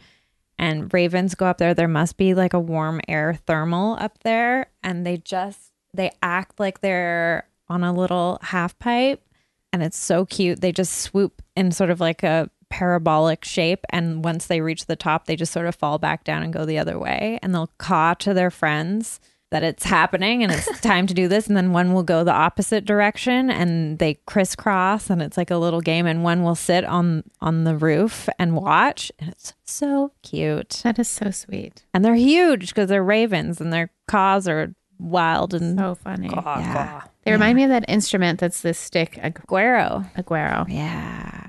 Speaker 2: and ravens go up there there must be like a warm air thermal up there and they just they act like they're on a little half pipe and it's so cute they just swoop in sort of like a parabolic shape and once they reach the top they just sort of fall back down and go the other way and they'll caw to their friends that it's happening and it's time to do this and then one will go the opposite direction and they crisscross and it's like a little game and one will sit on on the roof and watch and it's so cute
Speaker 1: That is so sweet.
Speaker 2: and they're huge because they're ravens and their caws are wild and
Speaker 1: So funny.
Speaker 2: yeah.
Speaker 1: They remind me of that instrument that's this stick, a
Speaker 2: Guero.
Speaker 1: Aguero.
Speaker 2: Yeah.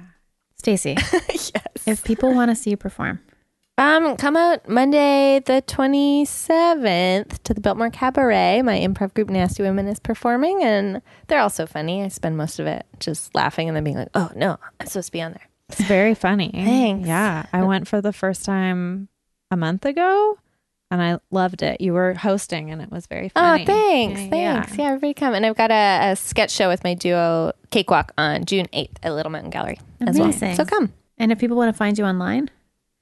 Speaker 1: Stacy,
Speaker 3: yes.
Speaker 1: if people want to see you perform,
Speaker 3: Um, come out Monday the twenty seventh to the Biltmore Cabaret. My improv group Nasty Women is performing, and they're all so funny. I spend most of it just laughing and then being like, "Oh no, I'm supposed to be on there."
Speaker 2: It's very funny.
Speaker 3: Thanks.
Speaker 2: Yeah. I went for the first time a month ago and I loved it. You were hosting and it was very funny.
Speaker 3: Oh, thanks.
Speaker 2: Yeah, yeah.
Speaker 3: Thanks. Yeah. everybody come. And I've got a, a sketch show with my duo Cakewalk on June 8th at Little Mountain Gallery as well.
Speaker 1: Amazing.
Speaker 3: So come.
Speaker 1: and if people want to find you online,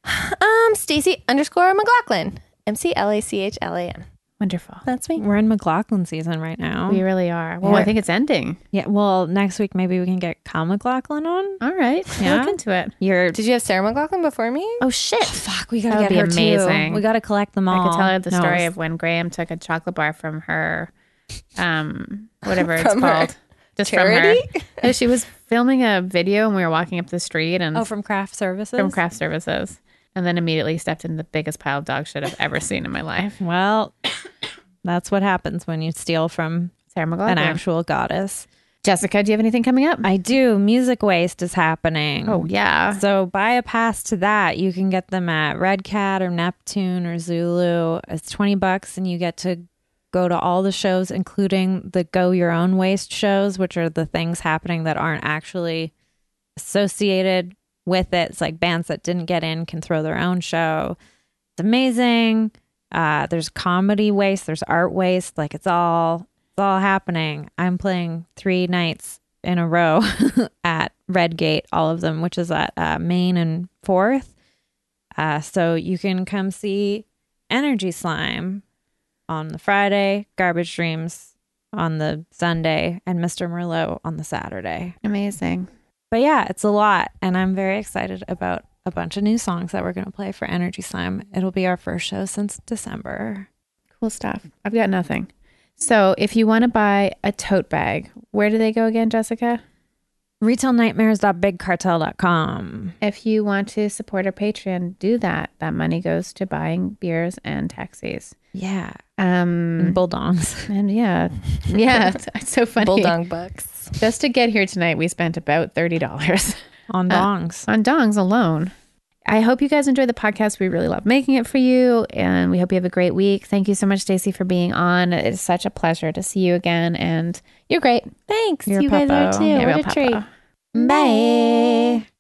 Speaker 3: Um, Stacy underscore McLaughlin. M C L A C H L A N.
Speaker 1: wonderful.
Speaker 3: That's me.
Speaker 2: We're in McLaughlin season right now.
Speaker 1: We really are. Well, I think it's ending.
Speaker 2: yeah. Well, next week maybe we can get Kyle McLaughlin on.
Speaker 1: All right.
Speaker 2: Yeah.
Speaker 1: Look into it.
Speaker 2: You're
Speaker 3: Did you have Sarah McLaughlin before me?
Speaker 1: Oh, shit.
Speaker 2: fuck, we gotta
Speaker 1: That would
Speaker 2: get
Speaker 1: be
Speaker 2: her too.
Speaker 1: amazing.
Speaker 2: We gotta collect them all.
Speaker 1: I could tell her the
Speaker 2: No,
Speaker 1: story of when Graham took a chocolate bar from her, um, whatever it's
Speaker 3: From her
Speaker 1: called. Just from
Speaker 3: charity?
Speaker 1: her. No, she was filming a video and we were walking up the street and
Speaker 2: Oh, from craft services.
Speaker 1: from craft services. And then immediately stepped in the biggest pile of dog shit I've ever seen in my life.
Speaker 2: Well, that's what happens when you steal from
Speaker 1: Sarah
Speaker 2: an
Speaker 1: McLaughlin.
Speaker 2: actual goddess.
Speaker 1: Jessica, do you have anything coming up?
Speaker 2: I do. Music waste is happening.
Speaker 1: oh, yeah.
Speaker 2: So buy a pass to that. You can get them at Red Cat or Neptune or Zulu. It's 20 bucks and you get to go to all the shows including the go your own waste shows, which are the things happening that aren't actually associated with it. It's like bands that didn't get in can throw their own show. It's amazing. Uh, there's comedy waste, there's art waste, like it's all it's all happening. I'm playing three nights in a row at Redgate, all of them, which is at uh, Main and Fourth. Uh, so you can come see Energy Slime on the Friday, Garbage Dreams on the Sunday and Mr. Merlot on the Saturday.
Speaker 1: Amazing.
Speaker 2: But yeah, it's a lot. And I'm very excited about a bunch of new songs that we're going to play for Energy Slam. It'll be our first show since December.
Speaker 1: Cool stuff. I've got nothing. So if you want to buy a tote bag, where do they go again, Jessica?
Speaker 2: RetailNightmares.BigCartel.com.
Speaker 1: If you want to support our Patreon, do that. That money goes to buying beers and taxis.
Speaker 2: Yeah.
Speaker 1: Um,
Speaker 2: Bulldongs.
Speaker 3: Mm-hmm.
Speaker 1: and yeah, yeah, it's, it's so funny.
Speaker 3: Bulldog bucks.
Speaker 1: Just to get here tonight, we spent about thirty dollars.
Speaker 2: On
Speaker 1: Uh,
Speaker 2: dongs.
Speaker 1: on dongs alone. I hope you guys enjoy the podcast. We really love making it for you, and we hope you have a great week. Thank you so much, Stacey, for being on. It's such a pleasure to see you again, and you're great.
Speaker 3: Thanks.
Speaker 1: You're a
Speaker 3: you guys are
Speaker 1: puppo.
Speaker 3: too.
Speaker 1: You're a
Speaker 3: what
Speaker 1: real
Speaker 3: a
Speaker 1: puppo.
Speaker 3: treat.
Speaker 2: Bye.